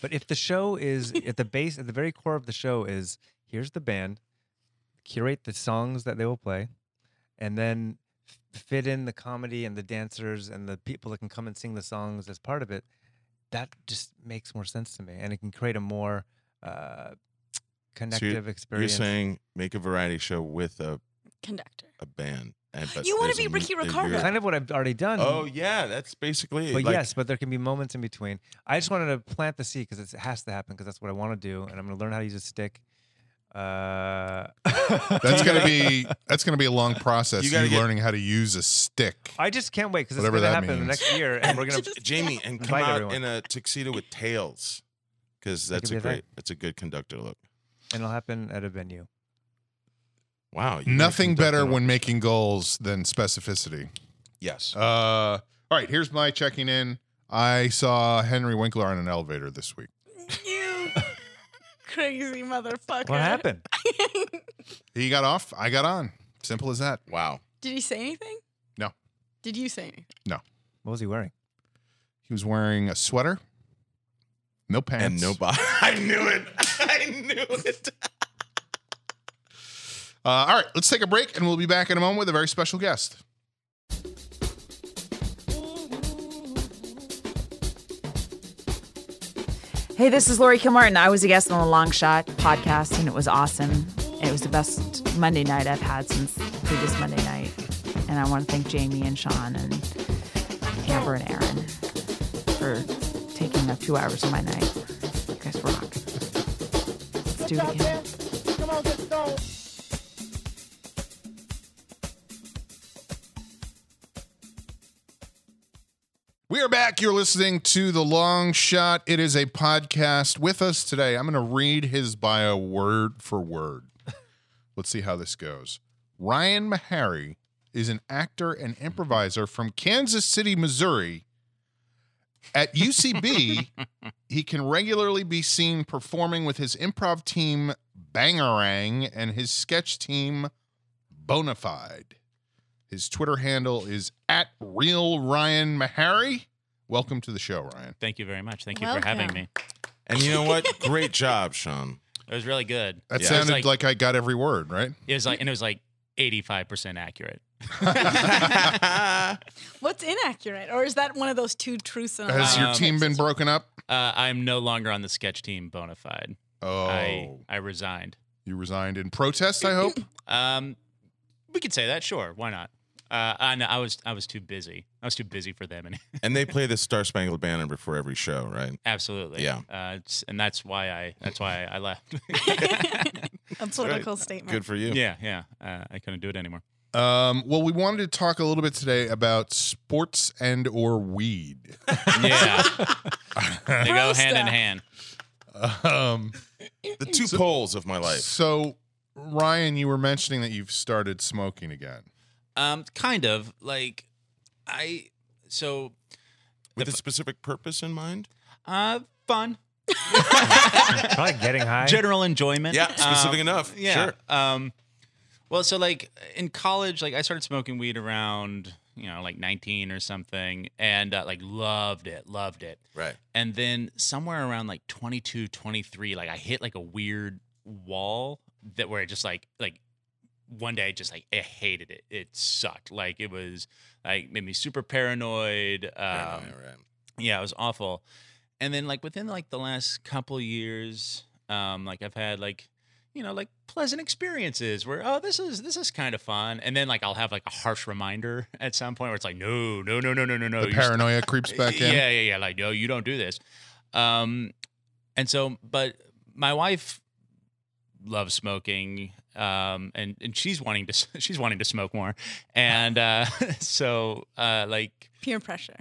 But if the show is at the base, at the very core of the show is here's the band, curate the songs that they will play, and then f- fit in the comedy and the dancers and the people that can come and sing the songs as part of it. That just makes more sense to me, and it can create a more uh, connective You're experience. saying make a variety show with a, Conductor. a band. And- but You wanna there's be a Ricky m- a Ricardo. weird- kind of what I've already done. Oh yeah, that's basically. it. But Like, yes, but there can be moments in between. I just wanted to plant the seed because it has to happen because that's what I want to do, and I'm going to learn how to use a stick. Uh, That's gonna be that's gonna be a long process. You You, gotta get- learning how to use a stick. I just can't wait because it's Whatever going to that happen means. the next year, and we're going to. Just- Jamie and come Invite out everyone. in a tuxedo with tails, because that's could a be there. great, that's a good conductor look. And it'll happen at a venue. Wow. you're a Nothing better conductor. when making goals than specificity. yes. Uh, all right, here's my checking in. I saw Henry Winkler on an elevator this week. You crazy motherfucker. What happened? He got off. I got on. Simple as that. Wow. Did he say anything? No. Did you say anything? What was he wearing? He was wearing a sweater, no pants, And no body. I knew it. I knew it. Uh, all right, let's take a break, and we'll be back in a moment with a very special guest. Hey, this is Lori Kilmartin. I was a guest on the Long Shot podcast, and it was awesome. It was the best Monday night I've had since previous Monday night. And I want to thank Jamie and Sean and Amber and Aaron for taking up two hours of my night. You guys rock. Let's do it again. We are back. You're listening to The Long Shot. It is a podcast with us today. I'm going to read his bio word for word. Let's see how this goes. Ryan Meharry is an actor and improviser from Kansas City, Missouri. At UCB, he can regularly be seen performing with his improv team Bangarang and his sketch team Bonafide. His Twitter handle is at real Ryan Meharry. Welcome to the show, Ryan. Thank you very much. Thank you for having Welcome. me. And you know what? Great job, Sean. It was really good. That Yeah. It was sounded like, I got every word right. it was like and it was like 85% accurate. yeah, What's inaccurate? Or is that one of those two truths and a Has lie? Um, your team been broken up? Uh, I'm no longer on the sketch team bona fide. Oh, I I resigned. you resigned in protest. I hope. Um, we could say that, sure. Why not? Uh, I, no, I was I was too busy. I was too busy for them, and and they play the Star Spangled Banner before every show, right? absolutely, Yeah. Uh, it's, and that's why I that's why I left. a political statement. Good for you. yeah, yeah. Uh, I couldn't do it anymore. Um, well, we wanted to talk a little bit today about sports and or weed. Yeah, Bro they go hand in stuff. hand. Um, The two poles of my life. so, Ryan, you were mentioning that you've started smoking again. Um, kind of like I so With a specific purpose in mind? uh fun. Probably getting high. general enjoyment. Yeah, specific Um, enough. Yeah. Sure. Um, well, so like in college, like I started smoking weed around you know like 19 or something, and uh, like loved it, loved it. Right. And then somewhere around like 22, 23, like I hit like a weird wall that where it just like like one day just like I hated it. It sucked. Like it was like made me super paranoid. Um, Right, right, right. yeah, it was awful. And then like within like the last couple years, um, like I've had like you know like pleasant experiences where oh this is this is kind of fun, and then like I'll have like a harsh reminder at some point where it's like no no no no no no no the you're Oh, st- paranoia creeps back in. yeah, yeah, yeah. Like, no, you don't do this. Um, and so, but my wife loves smoking, um, and and she's wanting to s- she's wanting to smoke more, and uh, so uh, like, Peer pressure.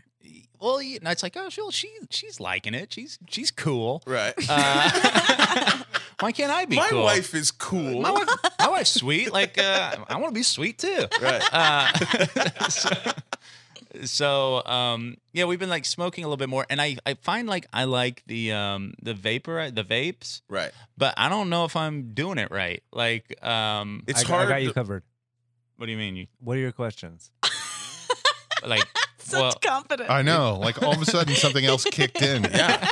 well, you know, it's like, oh, she she she's liking it. She's she's cool. Right. Uh, why can't I be? my cool? wife is cool. My wife. My wife's sweet. Like, uh, I want to be sweet too. right. Uh, so, so, um, yeah, we've been like smoking a little bit more, and I, I find like I like the um the vapor the vapes, Right. but I don't know if I'm doing it right. Like, um, It's I, got- hard. I got you to- covered. what do you mean? You What are your questions? like Such well, confidence. I know. Like all of a sudden, something else kicked in. yeah.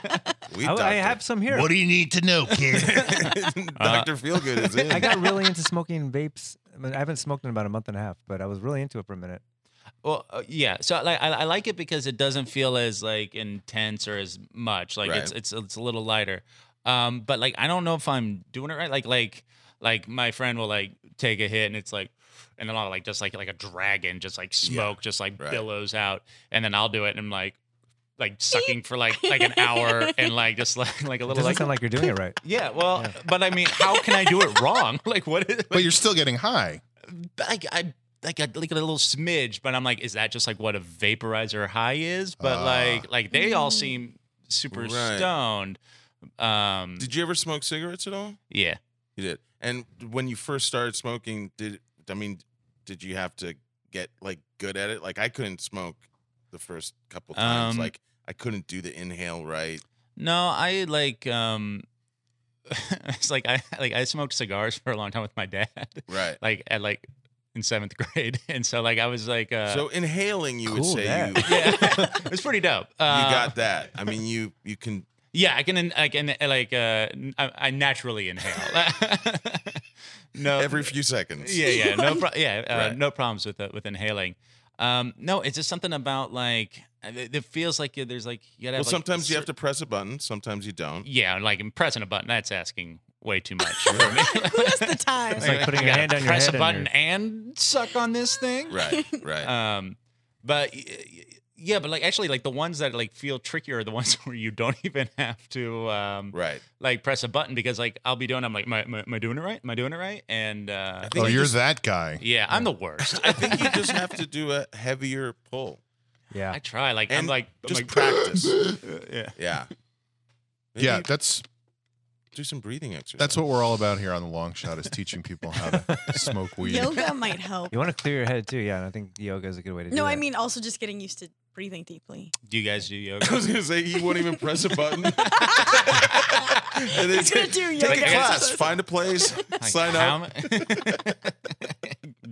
We I, I doctor. have some here. do you need to know, kid? Uh-huh. Dr. Feelgood is in. I got really into smoking vapes. I, mean, I haven't smoked in about a month and a half, but I was really into it for a minute. well, uh, yeah. So like I, I like it because it doesn't feel as like intense or as much. Like it's Right. it's it's a little lighter. Um, but like I don't know if I'm doing it right. Like like like my friend will like take a hit and it's like. and then I'll like just like like a dragon, just like smoke, just like right. billows out, and then I'll do it, and I'm like like sucking for like like an hour, and like just like like a It little doesn't like sound like you're doing it right. yeah, well, but I mean, how can I do it wrong? Like what is But you're still getting high. like I like a, like a little smidge, but I'm like, is that just like what a vaporizer high is? But Ah. like like they all seem super Right. stoned. Um, Did you ever smoke cigarettes at all? yeah. You did. And when you first started smoking, did I mean, did you have to get like good at it? Like I couldn't smoke the first couple times. Um, like I couldn't do the inhale right. No, I like um, it's like I like I smoked cigars for a long time with my dad, Right. like at like in seventh grade, and so like I was like uh, so inhaling, you would cool say dad. you yeah, it was pretty dope. you Uh, got that. I mean, you you can. Yeah, I can. I can like. Uh, I, I naturally inhale. no. Every few seconds. Yeah, yeah. No. Pro- yeah. Uh, Right. No problems with uh, with inhaling. Um, no, it's just something about like it, it feels like there's like you gotta. Well, have, like, sometimes you cer- have to press a button. Sometimes you don't. Yeah, like I'm pressing a button. That's asking way too much for me. Who's the time? It's like putting I your gotta hand on your press head a and button your- and suck on this thing. Right. Right. Um, but y- y- yeah, but like actually, like the ones that like feel trickier are the ones where you don't even have to um right. like press a button because like I'll be doing. I'm like, am I, am I- am I doing it right? Am I doing it right? And uh, think Oh, you you're just- that guy. yeah, I'm the worst. I think you just have to do a heavier pull. Yeah. I try. Like I'm And like I'm just like, practice. yeah. Yeah. Maybe Yeah, you that's do some breathing exercises. that's what we're all about here on the long shot is teaching people how to smoke weed. Yoga might help. You want to clear your head too, yeah. And I think yoga is a good way to do No, that. I mean also just getting used to breathing deeply. Do you guys do I was yoga? gonna say he won't even press a button. And then He's gonna do yoga. take a class, exercises. find a place, Like, sign how up. am-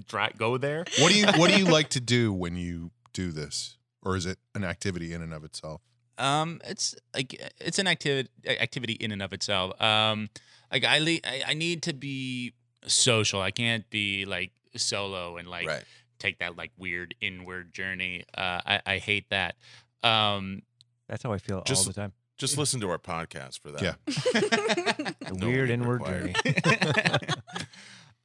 Dry, go there. What do you What do you like to do when you do this, or is it an activity in and of itself? Um, it's like it's an activity activity in and of itself. Um, like I, le- I I need to be social. I can't be like solo and like right. take that like weird inward journey. Uh, I I hate that. Um, that's how I feel all Just- the time. Just listen to our podcast for that. Yeah. The No weird weed inward required. journey.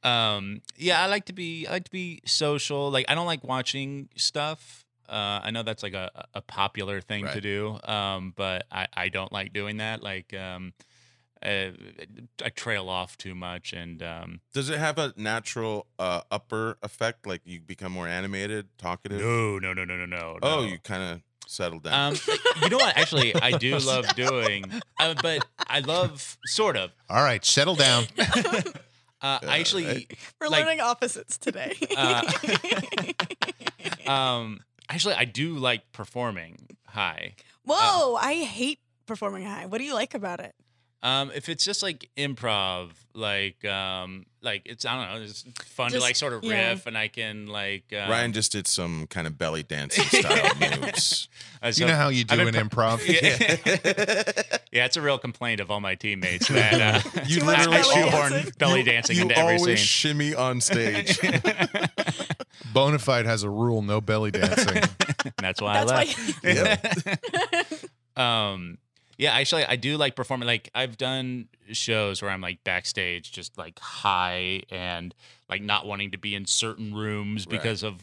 um yeah i like to be i like to be social like i don't like watching stuff uh i know that's like a, a popular thing to Right. do um but i i don't like doing that like um uh, i trail off too much and um Does it have a natural uh, upper effect? Like you become more animated, talkative? no no no no no no Oh, no. you kind of settle down. um you know what actually i do love doing uh, but i love sort of All right, settle down. uh, i actually Alright. We're Like- learning opposites today. Uh, um actually i do like performing high Whoa, I hate performing high. What do you like about it? Um, if it's just like improv, like um, like it's I don't know, it's fun to Just- like sort of riff, yeah. and I can like um, Ryan just did some kind of belly dancing style moves. uh, so- You know how you do I've an been improv. yeah. yeah, it's a real complaint of all my teammates that uh, You Too much I, I literally belly shoehorn dancing. belly You- dancing you into every always scene. shimmy on stage. Bonafide has a rule: no belly dancing. And that's why That's I why. left. um yeah actually i do like performing like i've done shows where i'm like backstage just like high and like not wanting to be in certain rooms Right. because of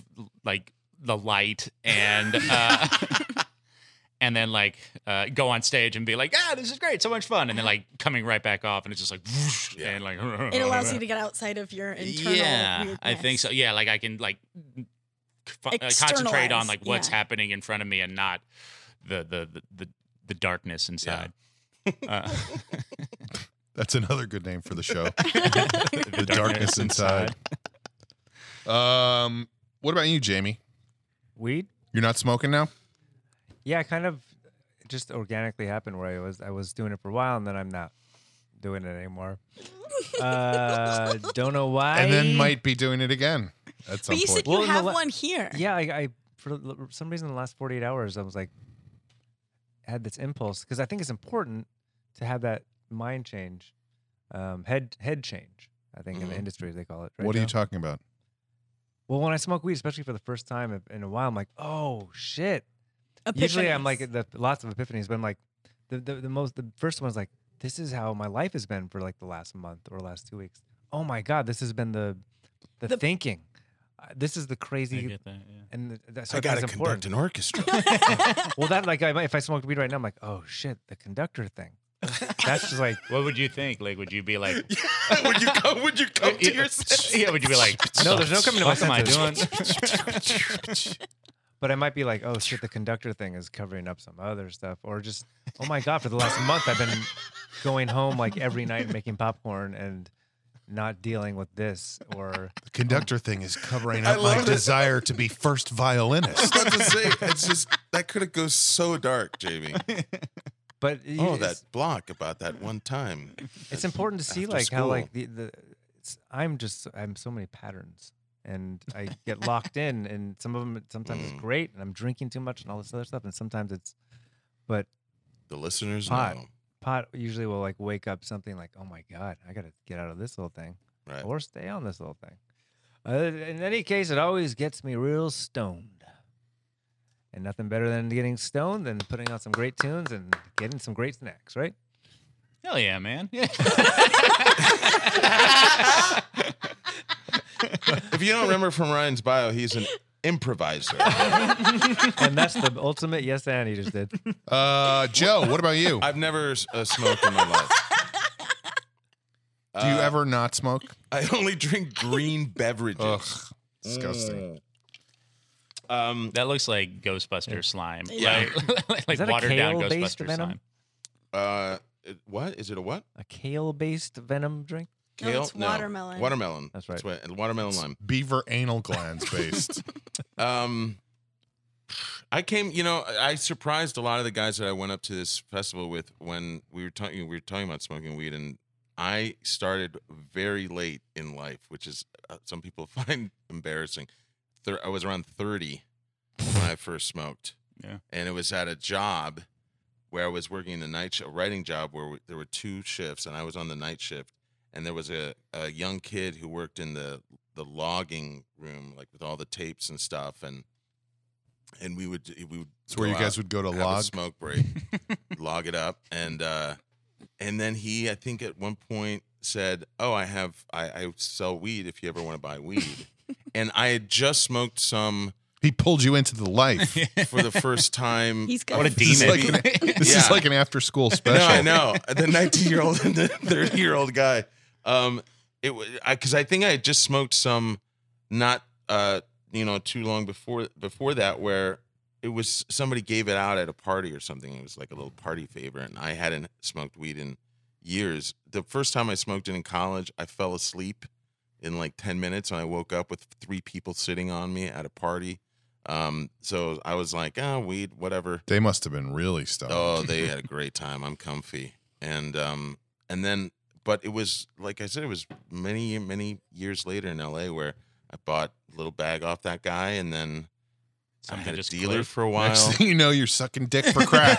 like the light and uh and then like uh go on stage and be like ah this is great so much fun and then like coming right back off and it's just like whoosh, Uh-huh. Yeah. and like It allows you to get outside of your internal. yeah i think weirdness. so yeah like i can like c- fu- uh, concentrate on Externalize, like what's yeah. happening in front of me and not the the the, the, the darkness inside Uh, That's another good name for the show. the, The darkness inside. Um, what about you, Jamie? Weed? You're not smoking now. Yeah, it kind of just organically happened where I was I was doing it for a while and then I'm not doing it anymore. Uh, don't know why. and then might be doing it again at some But you point. said you Well, no, have what- one here. Yeah, I, I for l- some reason the last 48 hours I was like had this impulse because I think it's important to have that mind change, um, head head change. I think in the Mhm. industry they call it. Right what are you Joe? talking about? Well, when I smoke weed, especially for the first time in a while, I'm like, oh shit. Usually I'm like Epiphanies. the, lots of epiphanies, but I'm like the, the the most the first one's like this is how my life has been for like the last month or last two weeks. Oh my god, this has been the the, The- thinking. uh, this is the I crazy get that. Yeah. and th- that's I so gotta that's conduct important. an orchestra. well, that like I, might- if I smoked weed right now, I'm like, oh shit, the conductor thing. That's just like What would you think? Like, would you be like, would you come? Would you come to yeah, your? senses? yeah, would you be like, no, there's no coming to my what am I doing? senses. But I might be like, oh shit, the conductor thing is covering up some other stuff, or just, oh my god, for the last month I've been going home like every night and making popcorn and not dealing with this or The conductor thing is covering I up my love it. desire to be first violinist. That's to say, it's just that could have go so dark, Jamie. but Oh, it's- that block about that one time. it's important to see after like how school. like the, the it's, i'm just i'm so many patterns and i get locked in and some of them sometimes Mm. it's great and i'm drinking too much and all this other stuff and sometimes it's but The listeners Hot. know, pot usually will like wake up something like oh my god i gotta get out of this little thing right? or stay on this little thing uh, in any case it always gets me real stoned and nothing better than getting stoned than putting on some great tunes and getting some great snacks right Hell yeah, man. Yeah. If you don't remember from Ryan's bio, he's an improviser. and that's the ultimate yes and he just did Uh, Joe, what about you? I've never uh, smoked in my life. Do you Uh, ever not smoke? I only drink green beverages. Ugh, Mm. disgusting. Mm. Um, That looks like Ghostbuster slime. Yeah. Like, like Is that a watered down kale-based Ghostbuster venom? slime. uh, it- what is it? A what? a kale based venom drink. No, it's watermelon. Watermelon. That's right. what- watermelon lime. Beaver anal glands based. Um, I came, you know, I I surprised a lot of the guys that I went up to this festival with when we were talking. We were talking about smoking weed, and I started very late in life, which is uh, some people find embarrassing. Thir- I was around thirty when I first smoked. Yeah. and it was at a job where I was working the night sh- a writing job where we, there were two shifts, and I was on the night shift, and there was a, a young kid who worked in the the logging room, like with all the tapes and stuff, and and we would we would It's where you go out guys would go to have a log. smoke break, log it up, and uh, and then he, I think, at one point said, "Oh, I have, I, I sell weed if you ever want to buy weed," and I had just smoked some He pulled you into the life. for the first time. He's good. What a This is demon. like an, this is Yeah. like an after school special. No, I know the 19 year old and the 30 year old guy. Um, it was because I, think I had just smoked some, not uh, you know, too long before before that, where it was somebody gave it out at a party or something. It was like a little party favor, and I hadn't smoked weed in years. The first time I smoked it in college, I fell asleep in like 10 minutes, and I woke up with three people sitting on me at a party. Um, so I was like, ah, weed, whatever. They must have been really stoned. Oh, they had a great time. I'm comfy. And um and then but it was like I said, it was many, many years later in LA where I bought a little bag off that guy and then I Something had a just dealer clicked. for a Next while. thing you know, you're sucking dick for crack.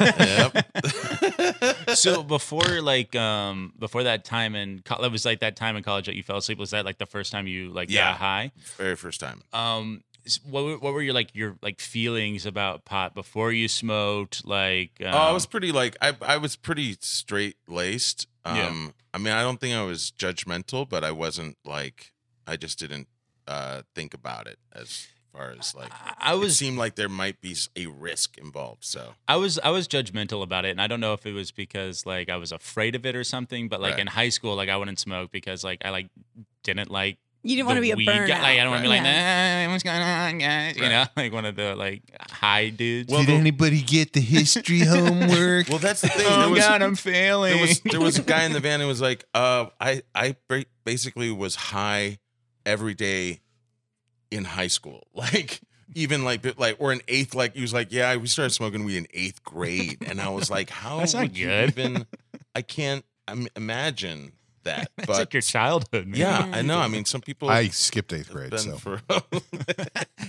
yep. so before like um before that time in co- it was like that time in college that you fell asleep was that like the first time you like Yeah. got high very first time. um s- what were, what were your like your like feelings about pot before you smoked like um, oh, I was pretty like I I was pretty straight laced. Um Yeah. I mean I don't think I was judgmental, but I wasn't like I just didn't uh think about it as far as like I- I it was seemed like there might be s- a risk involved. So I was I was judgmental about it, and I don't know if it was because like I was afraid of it or something. But like Right. in high school, like I wouldn't smoke because like I like didn't like You didn't the want to be a weed burnout. guy. Like I don't want to be like, Yeah. "Nah, what's going on, guys? You Right. know, like one of the like high dudes. Well, Did the- anybody get the history homework? Well, that's the thing. oh There was, God, I'm failing. there was there was a guy in the van who was like, uh, I I ba- basically was high every day in high school, like even like bit- like or in eighth. Like he was like, yeah, we started smoking weed in eighth grade, and I was like, how That's not would you good. even? I can't um, imagine that. That's but like your childhood, man. yeah, I know. I mean, some people I skipped eighth have grade, been so for-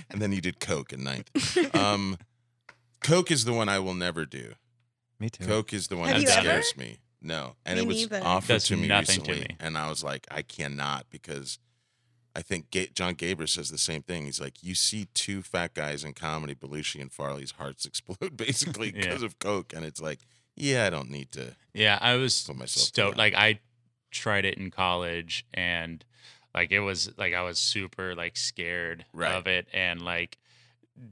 and then you did coke in ninth. Um, coke is the one I will never do. Me too. Coke is the one Have that you ever? scares me. No, and Me it was neither. offered Does to me nothing to recently, me. and I was like, I cannot because I think Ga- John Gaber says the same thing. He's like, you see two fat guys in comedy, Belushi and Farley's hearts explode basically Yeah. because of Coke, and it's like, yeah, I don't need to. Yeah, I was Put myself through stoked. that. Like I tried it in college, and Like it was like I was super like scared Right. of it and like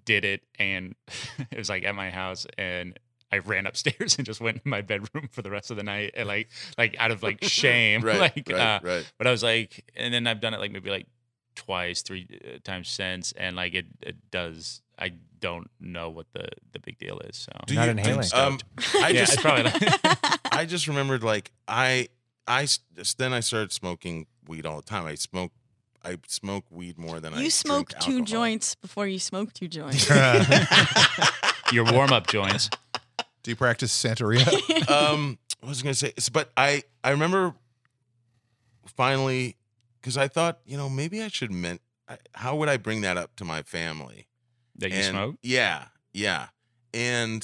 did it and it was like at my house and I ran upstairs and just went in my bedroom for the rest of the night and like like out of like shame Right, like right, uh, right. but I was like and then I've done it like maybe like twice three uh, times since and like it it does I don't know what the the big deal is so Not inhaling. Um, I yeah, just it's probably like, I just remembered like I I s- then I started smoking weed all the time. I smoke I smoke weed more than I you drink smoke two alcohol. joints before you smoke two joints. your warm up joints. Do you practice Santeria? um, what was I gonna say? S- But I I remember finally because I thought you know maybe I should meant I, how would I bring that up to my family? that you and, smoke. Yeah, yeah. And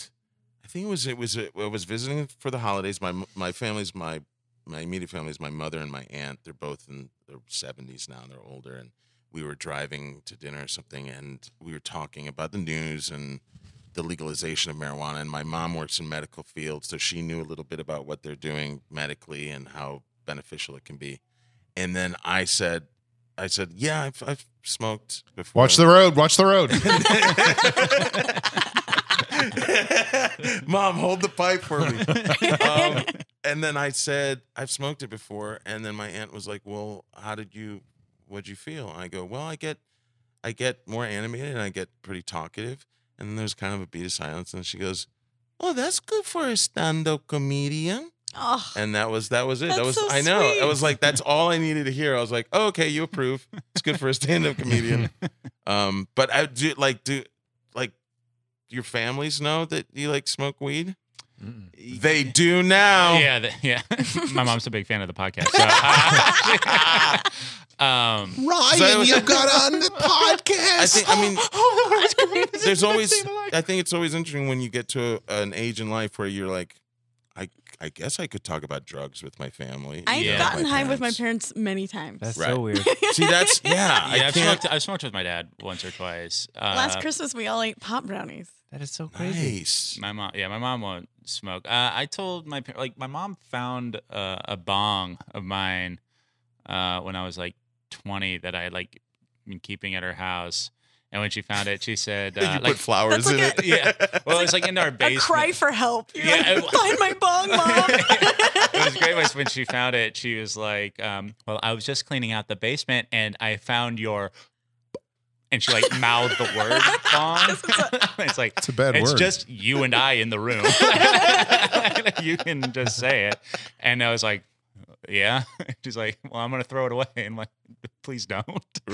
I think it was it was I was visiting for the holidays. My m- my family's my my immediate family is my mother and my aunt. They're both in their seventies now. They're older, and we were driving to dinner or something, and we were talking about the news and the legalization of marijuana. And my mom works in medical field, so she knew a little bit about what they're doing medically and how beneficial it can be. And then I said, I said, yeah, I've, I've smoked before. Watch the road. Watch the road. Mom, hold the pipe for me. um, and then I said, I've smoked it before. And then my aunt was like, Well, how did you, what'd you feel? And I go, Well, I get, I get more animated and I get pretty talkative. And then there's kind of a beat of silence. And she goes, Oh, that's good for a stand up comedian. oh, And that was, that was it. that That's was, so I know. I sweet. was like, That's all I needed to hear. I was like, oh, Okay, you approve. It's good for a stand up comedian. um, but I do like, do, like, your families know that you like smoke weed? Mm-mm. They do now. Yeah, the, yeah. My mom's a big fan of the podcast. So, uh, um, Ryan, So- you got on the podcast. I think. I mean, Oh, mean, there's always. I think it's always interesting when you get to a, an age in life where you're like, I, I guess I could talk about drugs with my family. I've you know, Yeah. gotten high with my parents many times. That's Right. so weird. See, that's yeah. Yeah, I I've can't. smoked, I've smoked with my dad once or twice. Uh, Last Christmas, we all ate pop brownies. That is so crazy. Nice. My mom, yeah, my mom won't smoke. Uh, I told my par- like my mom found uh, a bong of mine uh, when I was like 20 that I had like been keeping at her house, and when she found it, she said, you uh, put like, flowers that's in like it. yeah, well, it's like in our A basement. cry for help. You're Yeah, like, I- find my bong, mom. it was great was when she found it she was like um, well i was just cleaning out the basement and i found your b-" and she like mouthed the word bong it's like It's a bad it's word. just you and i in the room you can just say it and i was like yeah she's like well i'm gonna throw it away and I'm like please don't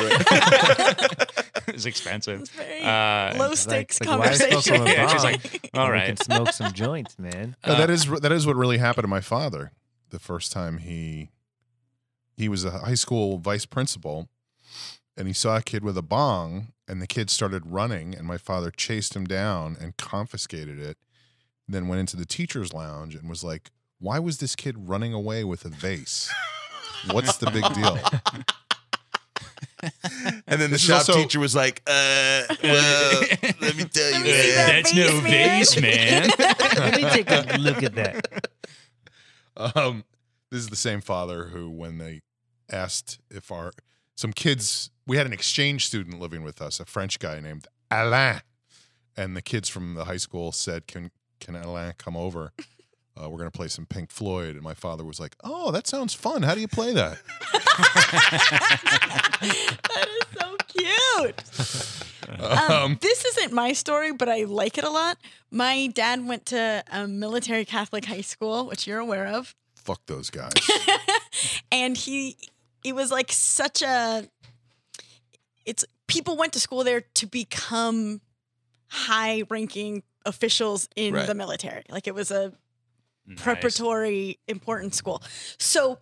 it's expensive It's very uh, low It's like- stakes like, why is it also conversation. a Yeah, she's bomb? like, all We right can smoke some joints, man. uh, No, that is that is what really happened to my father the first time he he was a high school vice principal and he saw a kid with a bong and the kid started running and my father chased him down and confiscated it then went into the teacher's lounge and was like why was this kid running away with a vase what's the big deal And then the This is shop also- teacher was like, uh, well, let me tell you. Let me see man. that that's no vase man Let me take a look at that. Um, this is the same father who, when they asked if our some kids, we had an exchange student living with us, a French guy named Alain, and the kids from the high school said, "Can can Alain come over? Uh, we're gonna play some Pink Floyd." And my father was like, "Oh, that sounds fun. How do you play that?" that is so cute. Um, this isn't my story, but I like it a lot. My dad went to a military Catholic high school, which you're aware of, Fuck those guys. and he it was like such a it's people went to school there to become high ranking officials in Right. the military. Like it was a Nice. preparatory important school. So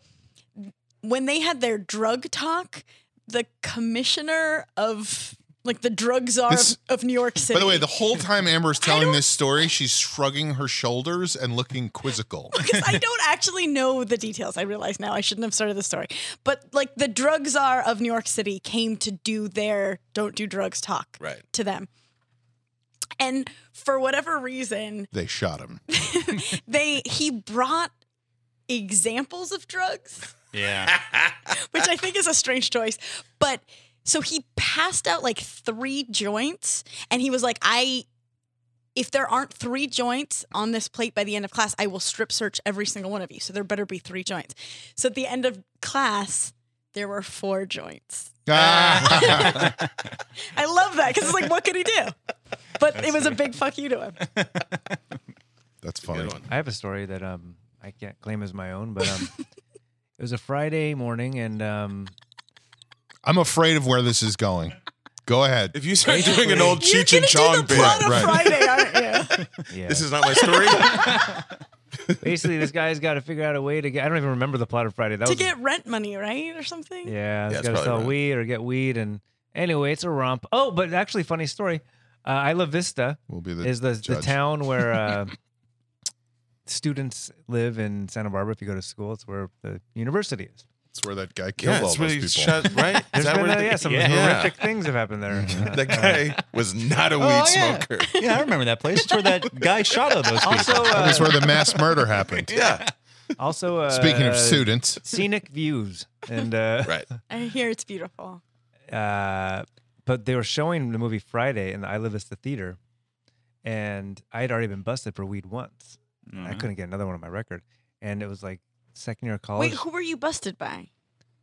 when they had their drug talk, the commissioner of like the drug czar This- of, of New York City. By the way, the whole time Amber's telling this story, she's shrugging her shoulders and looking quizzical. because I don't actually know the details. I realize now I shouldn't have started the story. But like the drug czar of New York City came to do their don't do drugs talk Right. to them. And for whatever reason, They shot him. they he brought examples of drugs, yeah which I I think is a strange choice. But so he passed out like three joints and he was like, I if there aren't three joints on this plate by the end of class, I will strip search every single one of you. So there better be three joints. So at the end of class, there were four joints. Ah. I love that because it's like, what could he do? But it was a big fuck you to him. That's funny. one. I have a story that um I can't claim as my own, but um it was a Friday morning and um I'm afraid of where this is going. Go ahead. If you start doing an old You're Cheech gonna and Chong do the bit, plot of right. Friday, aren't you? yeah. this is not my story. basically this guy's got to figure out a way to get. I don't even remember the plot of Friday. That to was get rent money, right, or something. yeah. Yeah, He's it's got to probably sell right. weed or get weed. And anyway, it's a romp. Oh, but actually, funny story. Uh, Isla Vista We'll be the is the, the judge. town where uh, students live in Santa Barbara. If you go to school, it's where the university is. That's where that guy killed yeah, all it's those really people. shut, right? Is There's that been, where uh, the- yeah, some Yeah. horrific things have happened there. Uh, That guy was not a weed Oh, yeah. smoker. yeah, I remember that place. It's where that guy shot all those people. Also, uh, That's where the mass murder happened. Yeah, also uh, Speaking of students, scenic views and uh, right. I hear it's beautiful. uh, but they were showing the movie Friday in the I Live Vista theater, and I had already been busted for weed once. I Mm-hmm. couldn't get another one on my record, and it was like second year of college. Wait, who were you busted by?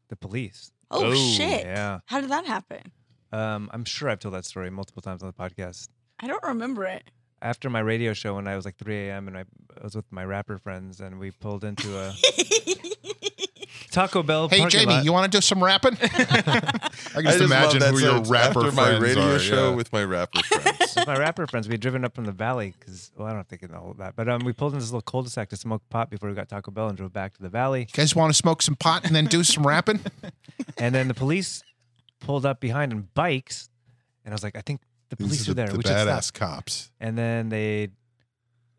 the police. Oh, Oh, shit! yeah. How did that happen? Um, I'm sure I've told that story multiple times on the podcast. I don't remember it. After my radio show, when I was like 3 a.m. and I, I was with my rapper friends, and we pulled into a Taco Bell. hey parking Jamie, lot. you want to do some rapping? I can just, love imagine that who your sentence. rapper After friends my radio are, show yeah. with my rapper friends. my rapper friends, we had driven up from the valley because, well, I don't think they know all of that, but um, we pulled into this little cul-de-sac to smoke pot before we got Taco Bell and drove back to the valley. You guys want to smoke some pot and then do some rapping? And then the police pulled up behind on bikes, and I was like, I think the police These are are there. the we should stop. badass cops. And then they,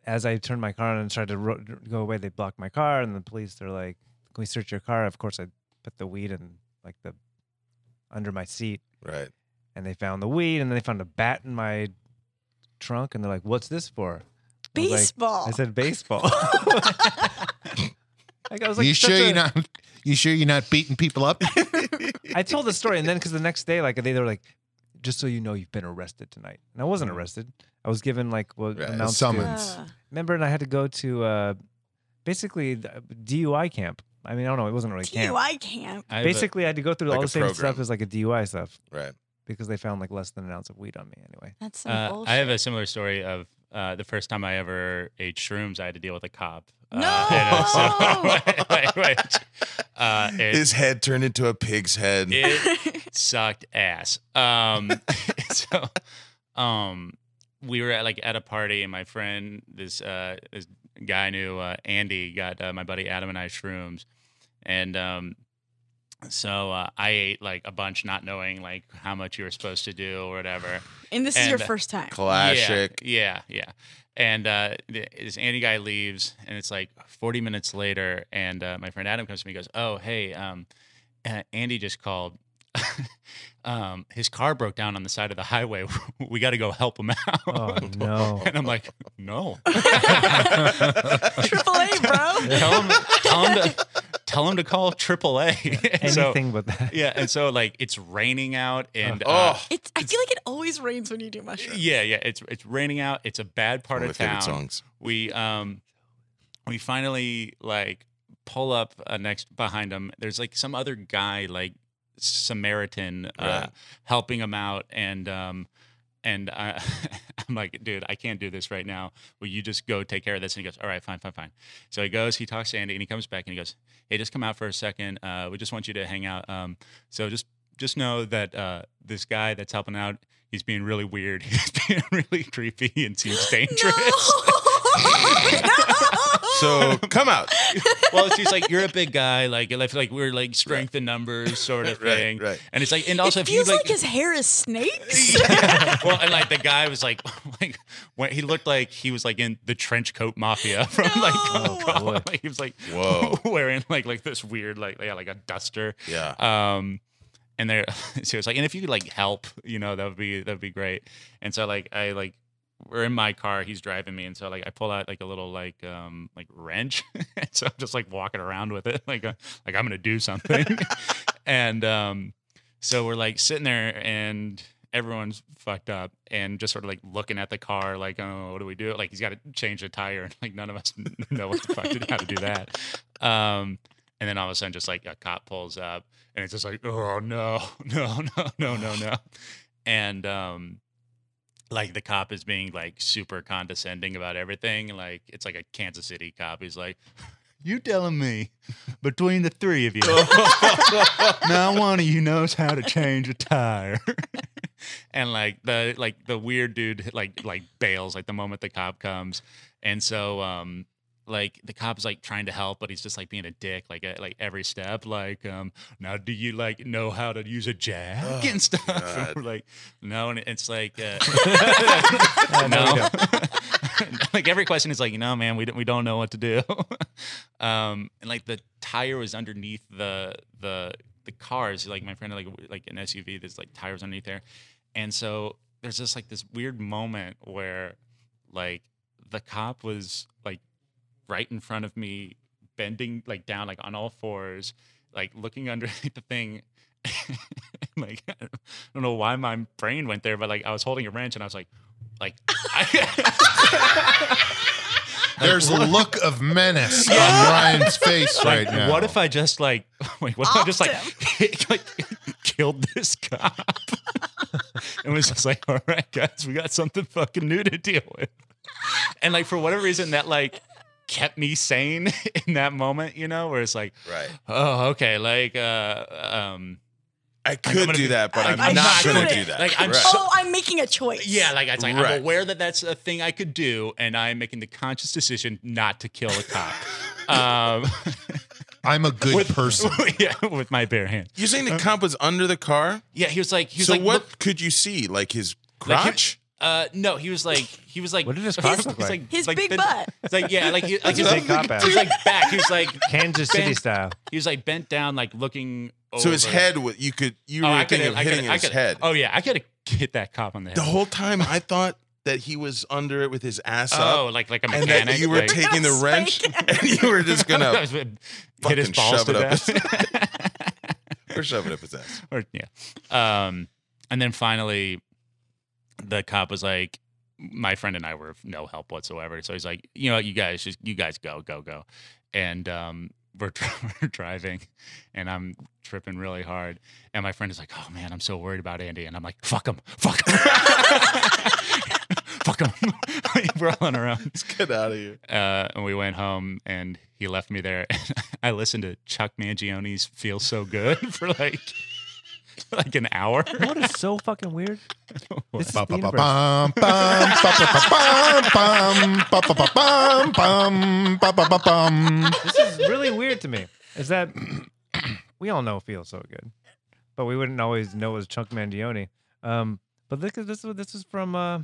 as I turned my car on and tried to ro- go away, they blocked my car, and the police they're like, "Can we search your car?" Of course, I put the weed in like the under my seat, Right. and they found the weed, and then they found a bat in my trunk, and they're like, "What's this for?" I was like- Baseball. I said baseball. like I was like, you such sure a- you're not? You sure you're not beating people up? I told the story, and then because the next day, like they, they were like, just so you know, you've been arrested tonight, and I wasn't arrested. I was given like what Right, a amounts to- summons. Ah. Remember, and I had to go to uh, basically the DUI camp. I mean, I don't know, it wasn't really camp. DUI camp. I have a- Basically, I had to go through Like all a the same stuff program. as like a DUI stuff Right. because they found like less than an ounce of weed on me anyway. That's some uh, bullshit. I have a similar story of uh, the first time I ever ate shrooms. I had to deal with a cop. No! Uh, and so- wait, wait, wait. Uh, it- His head turned into a pig's head. it sucked ass. Um, so, um, we were at like at a party, and my friend, this uh, this guy I knew, uh, Andy, got uh, my buddy Adam and I shrooms, and um, so uh, I ate like a bunch, not knowing like how much you were supposed to do or whatever. and this is your and- first time. Classic. Yeah, yeah. yeah. And uh, th- this Andy guy leaves, and it's like 40 minutes later, and uh, my friend Adam comes to me and goes, "Oh, hey, um, uh, Andy just called. um, his car broke down on the side of the highway. we got to go help him out." Oh no! And I'm like, "No, Triple A, bro. tell him, tell him to, tell him to call AAA." And so- Anything but that. yeah, and so like it's raining out, and uh, Oh, It's, I feel like it always rains when you do mushrooms. yeah, yeah, it's it's raining out. It's a bad part one of my favorite of town. songs. we um we finally like pull up uh, next behind him there's like some other guy like samaritan uh Right. helping him out and um and I, I'm like, dude, I can't do this right now. Will you just go take care of this? And he goes, all right, fine, fine, fine. So he goes, he talks to Andy, and he comes back and he goes, hey, just come out for a second. Uh, we just want you to hang out. Um, so just just know that uh, this guy that's helping out, he's being really weird. He's being really creepy and seems No. dangerous. No. So come out. well, she's like, you're a big guy, like, like, like we're like strength in numbers sort of thing, right. Right. and it's like, and It also if you feels like, like, his hair is snakes. well, and like the guy was like, like when he looked like he was like in the trench coat mafia from like, No. Coca-Cola. boy. like he was like Oh, Whoa. wearing like like this weird like yeah like a duster, Yeah. um and they're so it's like and if you could like help you know that would be that would be great and so like i like we're in my car he's driving me and so like i pull out like a little like um like wrench and so i'm just like walking around with it like uh, like i'm gonna do something and um, so we're like sitting there and everyone's fucked up and just sort of like looking at the car like oh what do we do like he's got to change the tire and like none of us know what the fuck to, how to do that um and then all of a sudden just like a cop pulls up and it's just like oh no no no no no no and um like the cop is being like super condescending about everything like it's like a kansas city cop he's like you telling me between the three of you not one of you knows how to change a tire and like the like the weird dude like like bails like the moment the cop comes and so um like the cop's like trying to help but he's just like being a dick like at, like every step like um now do you like know how to use a jack and stuff and God. we're like no and it's like uh, no, we no like every question is like you know man we don't we don't know what to do um and like the tire was underneath the the the cars like my friend had like like an suv there's like tires underneath there and so there's just like this weird moment where like the cop was like right in front of me, bending like down, like on all fours, like looking under the thing. like I don't know why my brain went there, but like I was holding a wrench and I was like, like I- There's a look of menace on Ryan's face right like, now. what if I just like wait, what if I just like, like killed this cop? and was just like, all right, guys, we got something fucking new to deal with. And like for whatever reason that like kept me sane in that moment, you know, where it's like, Right. oh, okay, like uh um I could gonna do be- that, but I- I'm, I'm not not going gonna- to do that. like, I'm right. so- oh, I'm making a choice. yeah, like it's like Right. I'm aware that that's a thing I could do, and I'm making the conscious decision not to kill a cop. um, I'm a good with- person. yeah, with my bare hand. You're saying the cop was under the car? Yeah, he was like, he was so Uh-huh. like, what look- could you see? Like his Like him- crotch? uh, no, he was like, he was like, What did his he cock was look like? His big bent- butt. It's like yeah, like he, like That's he a was big cop like, out. he was like back. He was like, Kansas City Bent- style. he was like bent down, like looking. Over. so his head was you could you Oh, were I thinking could've- of I hitting could've- I his could've- head. Oh yeah, I could have hit that cop on the head. The whole time I thought that he was under it with his ass oh, up. like like a And mechanic. that you were like, taking the wrench and you were just gonna hit his fucking balls shove to it up his- death. or shove it up his ass. or yeah. Um, and then finally, the cop was like, "My friend and I were of no help whatsoever." So he's like, "You know, you guys just you guys go, go, go," and um, we're, dri- we're driving, and I'm tripping really hard, and my friend is like, "Oh man, I'm so worried about Andy," and I'm like, "Fuck him, fuck him." Fuck him. We're all on our own. Let's get out of here. Uh, and we went home, and he left me there. I listened to Chuck Mangione's "Feel So Good" for like like an hour. You know What is so fucking weird? This is the Bum, bum, bum, universe. bum, bum, bum, bum, bum, bum, bum, bum, bum, bum, bum. this is really weird to me. Is that we all know feels so good, but we wouldn't always know it was Chunk Mangione. Um, but look at this. is- This is from. Uh,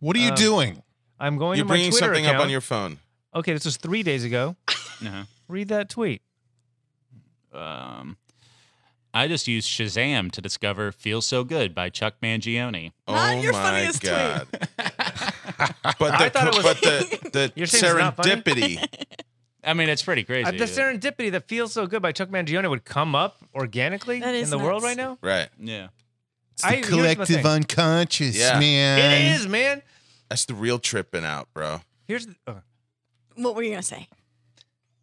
What are you Uh, doing? I'm going You're to my bringing Twitter something account. up on your phone. Okay, this was three days ago. No, Read that tweet. Uh-huh. um, I just used Shazam to discover "Feel So Good" by Chuck Mangione. oh Not your my funniest tweet. god! but I the, thought it was- but the, the You're saying it's not funny? serendipity. I mean, it's pretty crazy. Uh, the serendipity that feels so good by Chuck Mangione would come up organically That in is the world nuts. right now. Right. yeah. It's I- the here's my collective thing. unconscious, Yeah. man. It is, man. That's the real tripping out, bro. Here's the, uh, What were you gonna say?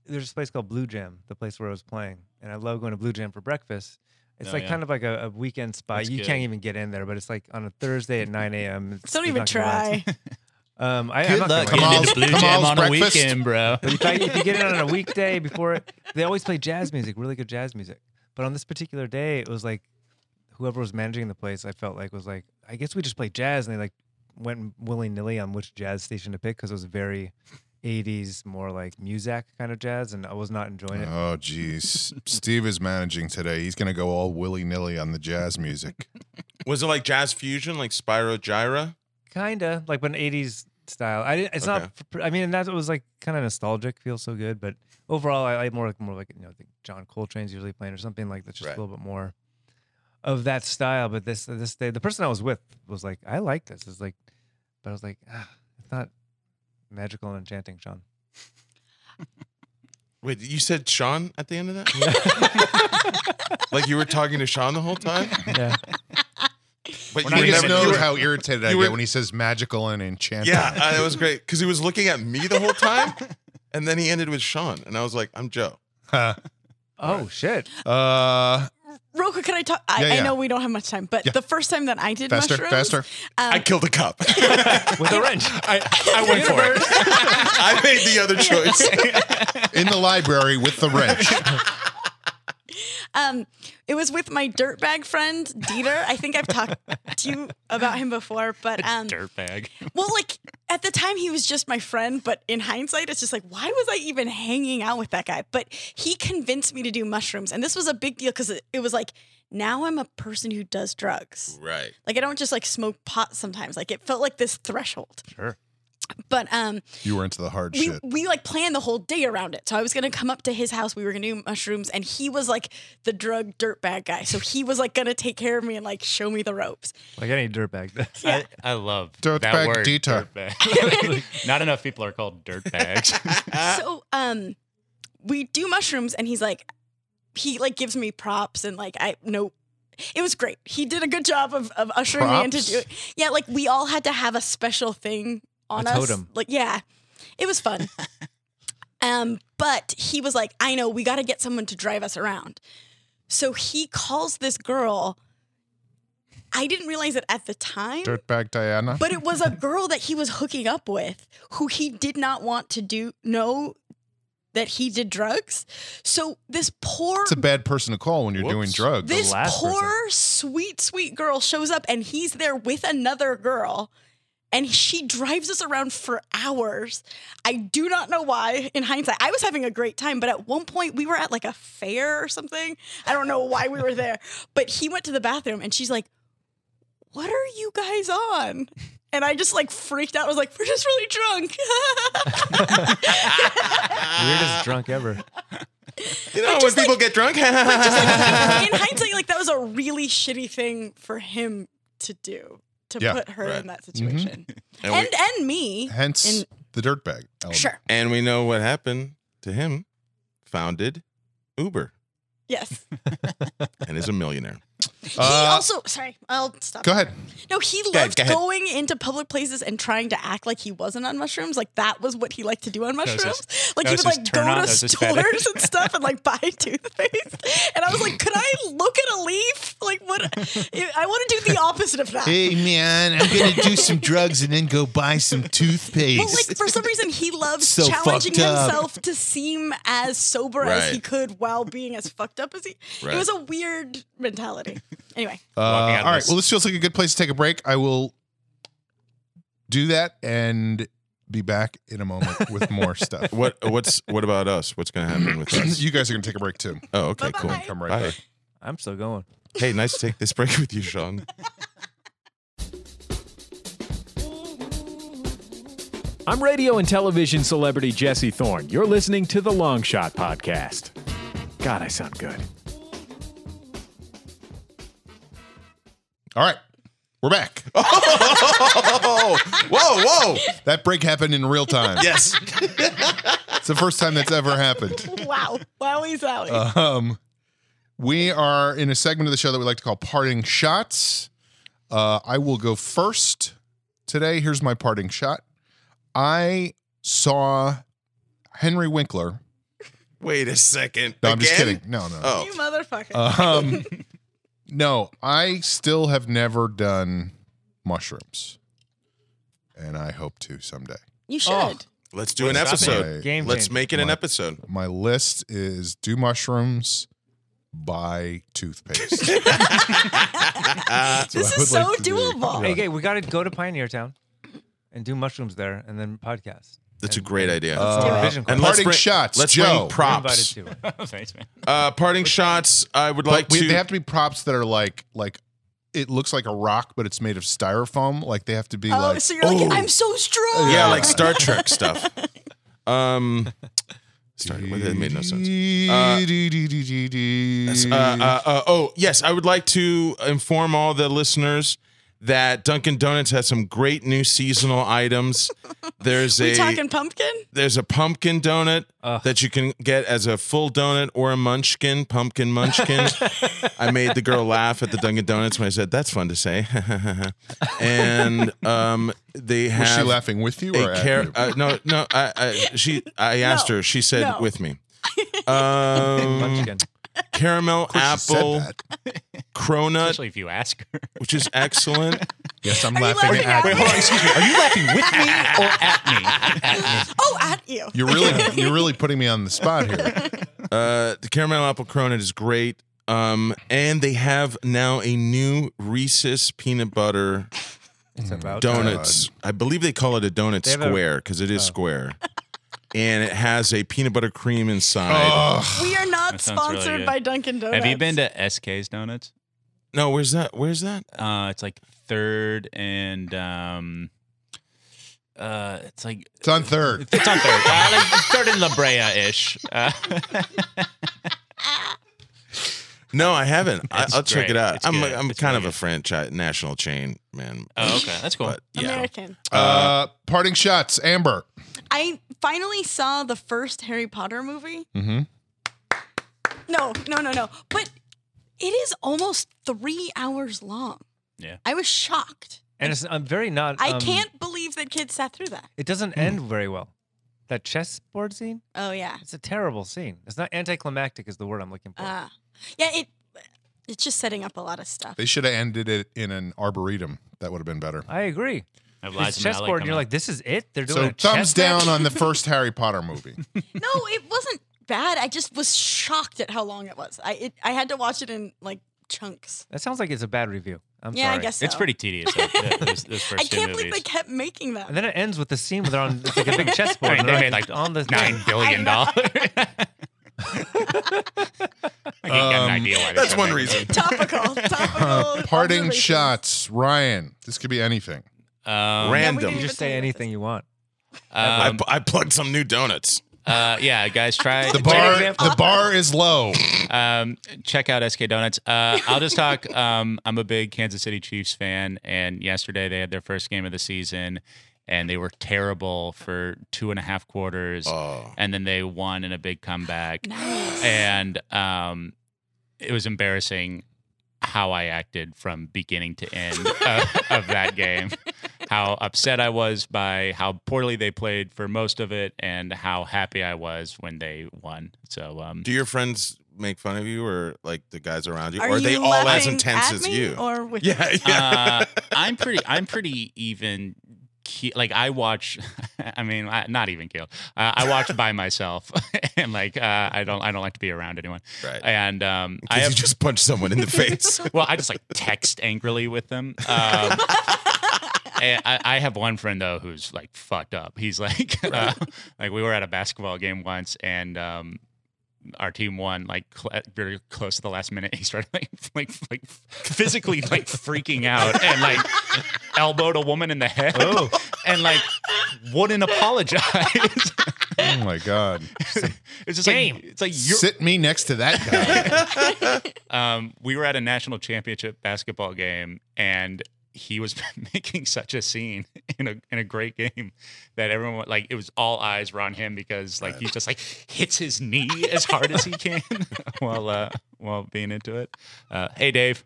there's a place called Blue Jam, the place where I was playing, and I love going to Blue Jam for breakfast. It's Oh, like yeah. kind of like a, a weekend spot. That's you good. can't even get in there, but it's like on a Thursday at 9 a.m. It's- Don't there's even not gonna be try. lots. Um, I, Good I'm not gonna luck Come lie. on. getting into Blue Kamal's- Jam on a breakfast. weekend, bro. But if, I, if you get in on a weekday before it, they always play jazz music, really good jazz music. But on this particular day, it was like whoever was managing the place, I felt like was like, I guess we just play jazz, and they like went willy nilly on which jazz station to pick because it was very 80s, more like Muzak kind of jazz, and I was not enjoying it. Oh, geez. Steve is managing today. He's going to go all willy nilly on the jazz music. Was it like jazz fusion, like Spyro Gyra? Kinda like but an '80s style. I didn't. It's Okay. not. f- I mean, and that was like kind of nostalgic. Feels so good, but overall, I, I more like more like you know, I think John Coltrane's usually playing or something like that's just Right. a little bit more of that style. But this this day, the person I was with was like, I like this. It's like, but I was like, ah, it's not magical and enchanting, Sean. Wait, you said Sean at the end of that? like you were talking to Sean the whole time? Yeah. But When you I were just never- knows you were- how irritated I you get were- when he says magical and enchanted. Yeah, uh, that was great because he was looking at me the whole time, and then he ended with Sean, and I was like, "I'm Joe." Oh shit. Uh, Real quick, can I talk? I, Yeah, yeah. I know we don't have much time, but Yeah. the first time that I did faster, mushrooms, faster. Oh. I killed a cop. With a wrench. I, I went for it. I made the other choice. In the library with the wrench. Um, it was with my dirtbag friend Dieter. I think I've talked to you about him before, but um, Dirtbag. well, like at the time he was just my friend, but in hindsight, it's just like, why was I even hanging out with that guy? But he convinced me to do mushrooms, and this was a big deal because it, it was like now I'm a person who does drugs. Right. Like I don't just like smoke pot sometimes. Like it felt like this threshold. Sure. But um, You were into the hard we, shit. we like planned the whole day around it. So I was gonna come up to his house. We were gonna do mushrooms, and he was like the drug dirtbag guy. So he was like gonna take care of me and like show me the ropes. Like any dirtbag. Yeah. I, I love Dirtbag that word. detour. Dirtbag. Not enough people are called dirtbags. Uh. so um, we do mushrooms, and he's like, he like gives me props and like I no. It was great. He did a good job of, of ushering me Props? into doing. Yeah, like we all had to have a special thing on A us. totem. Like yeah, it was fun. um, but he was like, I know we got to get someone to drive us around. So he calls this girl. I didn't realize it at the time, Dirtbag Diana. but it was a girl that he was hooking up with who he did not want to do know that he did drugs. So this poor It's a bad person to call when you're doing Whoops. drugs. this last poor person. sweet sweet girl shows up and he's there with another girl and she drives us around for hours. I do not know why in hindsight. I was having a great time, but at one point we were at like a fair or something. I don't know why we were there, but he went to the bathroom and she's like, "What are you guys on?" And I just like freaked out. I was like, "We're just really drunk." Weirdest drunk ever. You know when people get drunk. in hindsight, like that was a really shitty thing for him to do to Yeah, Mm-hmm. put her right. in that situation, And and we- and me. Hence in- the dirtbag. element. Sure. and we know what happened to him. Founded Uber Yes. and is a millionaire. He Uh, also sorry, I'll stop. Go ahead. No, he ahead, loved go ahead. going into public places and trying to act like he wasn't on mushrooms. Like that was what he liked to do on was his- mushrooms. like that he was would his like go turn-on, to that was his stores fetish. and stuff and like buy toothpaste. And I was like, could I look at a leaf? Like what? I want to do the opposite of that. man, I'm gonna do some drugs and then go buy some Well, toothpaste. like for some reason, he loves So challenging fucked up. himself to seem as sober as he Right. could while being as fucked up as he. Right. It was a weird mentality. Anyway, Uh, Walking out all of right. this- Well, this feels like a good place to take a break. I will do that and be back in a moment with more stuff. What what's what about us? What's going to happen with us? you guys are gonna take a break too. Oh, okay, cool. Bye-bye. Come right Bye. back. I'm still going. Hey, nice to take this break with you, Sean. I'm radio and television celebrity Jesse Thorne. You're listening to the Long Shot Podcast. God, I sound good. All right. We're back. Oh, whoa, whoa! That break happened in real time. Yes, It's the first time that's ever happened. wow, wowie zowie. Um, we are in a segment of the show that we like to call parting shots. Uh, I will go first today. Here's my parting shot. I saw Henry Winkler. Wait a second. No, I'm just Again? kidding. No, no. no. you Oh, motherfucker. Um, no, I still have never done mushrooms, and I hope to someday. you should. oh, let's do an episode. My, Game Let's changer. make it an What? episode. my list is do mushrooms, buy toothpaste. That's what This I is would so like to do. doable. Hey, okay, we gotta go to Pioneer Town and do mushrooms there and then podcast. That's a great idea. Let's do a Uh, vision quest. and let's Parting bring, shots, Let's Joe. bring You're props. invited to it. Thanks, man. Uh, parting shots. I would like but we, to. they have to be props that are like like it looks like a rock, but it's made of styrofoam. Like they have to be Oh, like so you're like, I'm so strong. yeah, like Star Trek stuff. Um, started with it made no sense. Mm-hmm. Uh, uh, uh, oh yes, I would like to inform all the listeners that Dunkin' Donuts has some great new seasonal items. There's We a talking pumpkin? there's a pumpkin donut Ugh. that you can get as a full donut or a munchkin, pumpkin munchkin. I made the girl laugh at the Dunkin' Donuts when I said that's fun to say, and um, they Was she have laughing with you or a at care. you? Uh, no, no, I, I she I asked her. She said no. with me. Um, Munchkin. caramel Of course she said apple that. cronut, Especially if you ask her. which is excellent. Yes, I'm Are you laughing, laughing at, at you. me? Wait, hold on. Excuse me. Are you laughing with me or at me? Oh, at you. You're really you're really putting me on the spot here. Uh, the caramel apple cronut is great. Um, and they have now a new Reese's peanut butter Oh, It's Mm, about donuts. I believe they call it a donut They have a- square because Oh. it is square, and it has a peanut butter cream inside. Ugh. We are not That sounds really sponsored good. by Dunkin' Donuts. Have you been to SK's Donuts? no, where's that? Where's that? Uh, it's like third and um, uh, it's like It's on third. it's on third, uh, like third and La Brea ish. Uh, No, I haven't. I, It's I'll check great. it out. It's I'm good. I'm It's kind really of a good. franchise national chain man. oh, okay, that's cool. But yeah, American? Uh, parting shots, Amber. I finally saw the first Harry Potter movie. Mm-hmm. No, no, no, no. But it is almost three hours long. Yeah. I was shocked. And it's, I'm very not. I um, can't believe that kids sat through that. It doesn't end very well. That chessboard scene. Oh yeah. It's a terrible scene. It's not anticlimactic is the word I'm looking for. Uh, yeah, it it's just setting up a lot of stuff. They should have ended it in an arboretum. That would have been better. I agree. I have It's Liza Minnelli chessboard, and you're coming like, this is it. They're doing So a thumbs chess match? down on the first Harry Potter movie. No, it wasn't bad. I just was shocked at how long it was. I it, I had to watch it in like chunks. That sounds like it's a bad review. I'm yeah, sorry. I guess up. so. it's pretty tedious. Like, yeah, those, those first I two can't believe movies. they kept making them. And then it ends with the scene where they're on it's like a big chessboard. Right, and they they're made like on the nine billion dollars. I got Um, an idea why they that's said one that. reason. topical, topical. Uh, Parting observations. shots, Ryan. This could be anything. Ran- Um, Yeah, we Random. didn't You even just say talk about anything you want. I, um, I plugged some new donuts. uh, yeah, guys, try The bar, example. the bar is low. um, check out SK Donuts. Uh, I'll just talk. Um, I'm a big Kansas City Chiefs fan, and yesterday they had their first game of the season, and they were terrible for two and a half quarters, Oh, and then they won in a big comeback, this. Nice. and um, it was embarrassing how I acted from beginning to end of, of that game. How upset I was by how poorly they played for most of it, and how happy I was when they won. So, um, do your friends make fun of you or like the guys around you, Are or are you they all as laughing intense at as me you? Or with yeah, yeah. uh, I'm pretty. I'm pretty even. Ke- like I watch. I mean, I, not even keel. Uh, I watch by myself, and like uh, I don't. I don't like to be around anyone. right. And um, I Because have. you just punch someone in the face. well, I just like text angrily with them. Um, and I, I have one friend though who's like fucked up. He's like, uh, like we were at a basketball game once, and um, our team won like cl- very close to the last minute. He started like like like physically like freaking out and like elbowed a woman in the head and like wouldn't apologize. Oh my god! it's just Game. like it's like you're, Sit me next to that guy. um, we were at a national championship basketball game and he was making such a scene in a in a great game that everyone wa- like it was all eyes were on him because like he just like hits his knee as hard as he can while uh while being into it. Uh, hey Dave,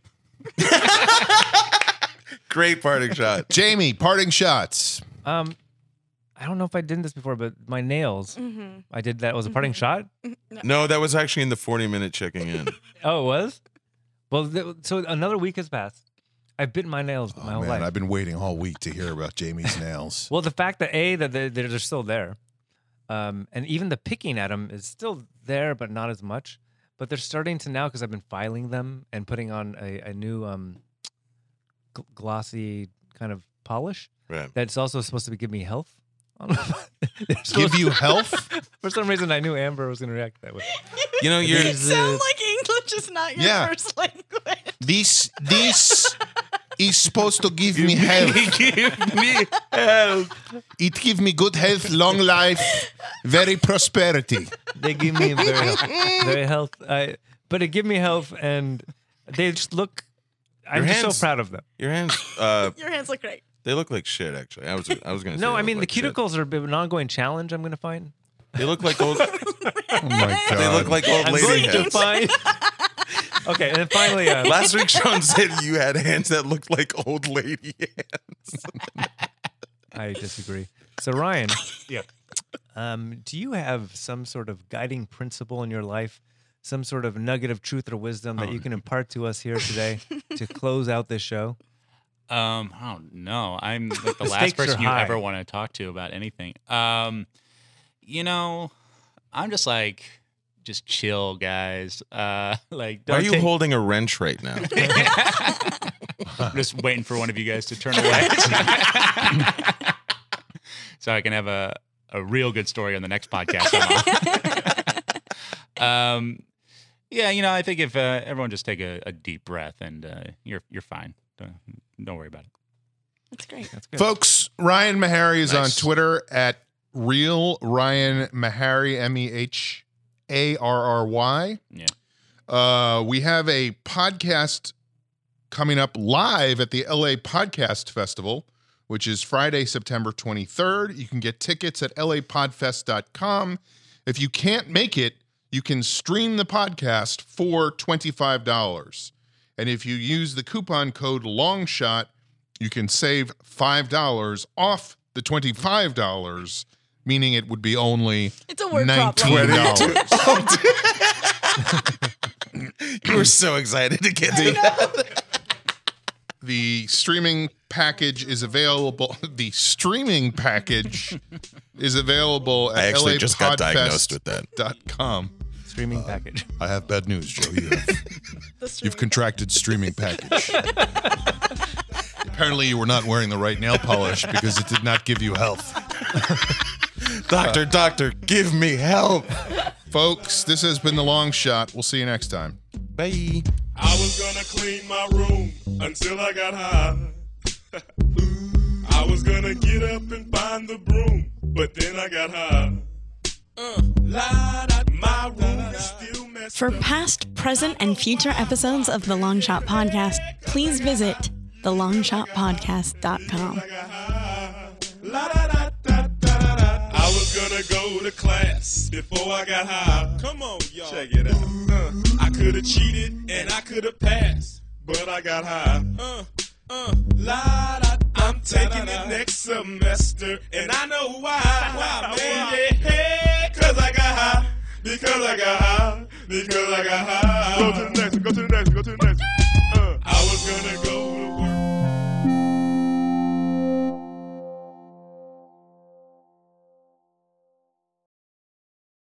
Great parting shot. Jamie, parting shots. Um, I don't know if I did this before, but my nails. hmm I did that. It was a parting Mm-hmm. shot. No, that was actually in the 40 minute checking in. Oh, it was. Well, th- so another week has passed. I've bitten my nails my oh whole man, life. I've been waiting all week to hear about Jamie's nails. Well, the fact that a that they're, they're still there, um, and even the picking at them is still there, but not as much. But they're starting to now because I've been filing them and putting on a, a new um, gl- glossy kind of polish Right. that's also supposed to be give me health. I don't know. They're Give supposed- you health? For some reason, I knew Amber was going to react that way. You know, you're. You sound like English is not your Yeah. first language. This this is supposed to give me health. Give me It give me good health, long life, very prosperity. They give me very health. Very health. I, but it give me health, and they just look I'm just hands- so proud of them. Your hands, uh, Your hands look great. they look like shit. Actually, I was I was gonna. Say No, they I look mean like the shit. cuticles are a bit of an ongoing challenge. I'm gonna find. They look like old. Oh my god. they look like old I'm lady going to hands. find. okay, and then finally, uh, Last week, Sean said you had hands that looked like old lady hands. I disagree. So Ryan, Yeah. um, do you have some sort of guiding principle in your life, some sort of nugget of truth or wisdom that you can impart to us here today to close out this show? Um, I don't know. I'm like the The last stakes are person you high. ever want to talk to about anything. Um, you know, I'm just like, just chill, guys. Uh, like, Why don't are you take- holding a wrench right now? I'm just waiting for one of you guys to turn away, so I can have a a real good story on the next podcast. I'm on. um, yeah, you know, I think if uh, everyone just take a, a deep breath and uh, you're you're fine. Don't, don't worry about it. That's great. That's good. Folks, Ryan Meharry is on Nice. Twitter at real Ryan Meharry, M E H A R R Y. Yeah. Uh, we have a podcast coming up live at the LA Podcast Festival, which is Friday, September 23rd. You can get tickets at lapodfest.com. If you can't make it, you can stream the podcast for $25. And if you use the coupon code LONGSHOT, you can save $5 off the $25, meaning it would be only It's a word problem. $19. you were so excited to get to that. The streaming package is available. The streaming package is available at I actually just got diagnosed with that. LApodfest.com. Streaming package. I have bad news, Joe. You have, The you've streaming. contracted streaming package. Apparently, you were not wearing the right nail polish because it did not give you health. Doctor, doctor, give me help. Folks, this has been The Long Shot. We'll see you next time. Bye. I was gonna clean my room until I got high. I was gonna get up and find the broom, but then I got high. Uh, la, da, my room is still messed For past, present, and future episodes of the Long Shot Podcast, please visit thelongshotpodcast.com. I got high. La, da, da, da, da, da, da. I was gonna go to class before I got high. Come on, y'all. Check it out. Uh, I could have cheated and I could have passed, but I got high. Uh, uh, la, da, I'm taking it next semester and I know why. Why, man? Yeah, hey, cause I got high. Because I got high. Because I got high. Go to the next, go to the next, go to the next.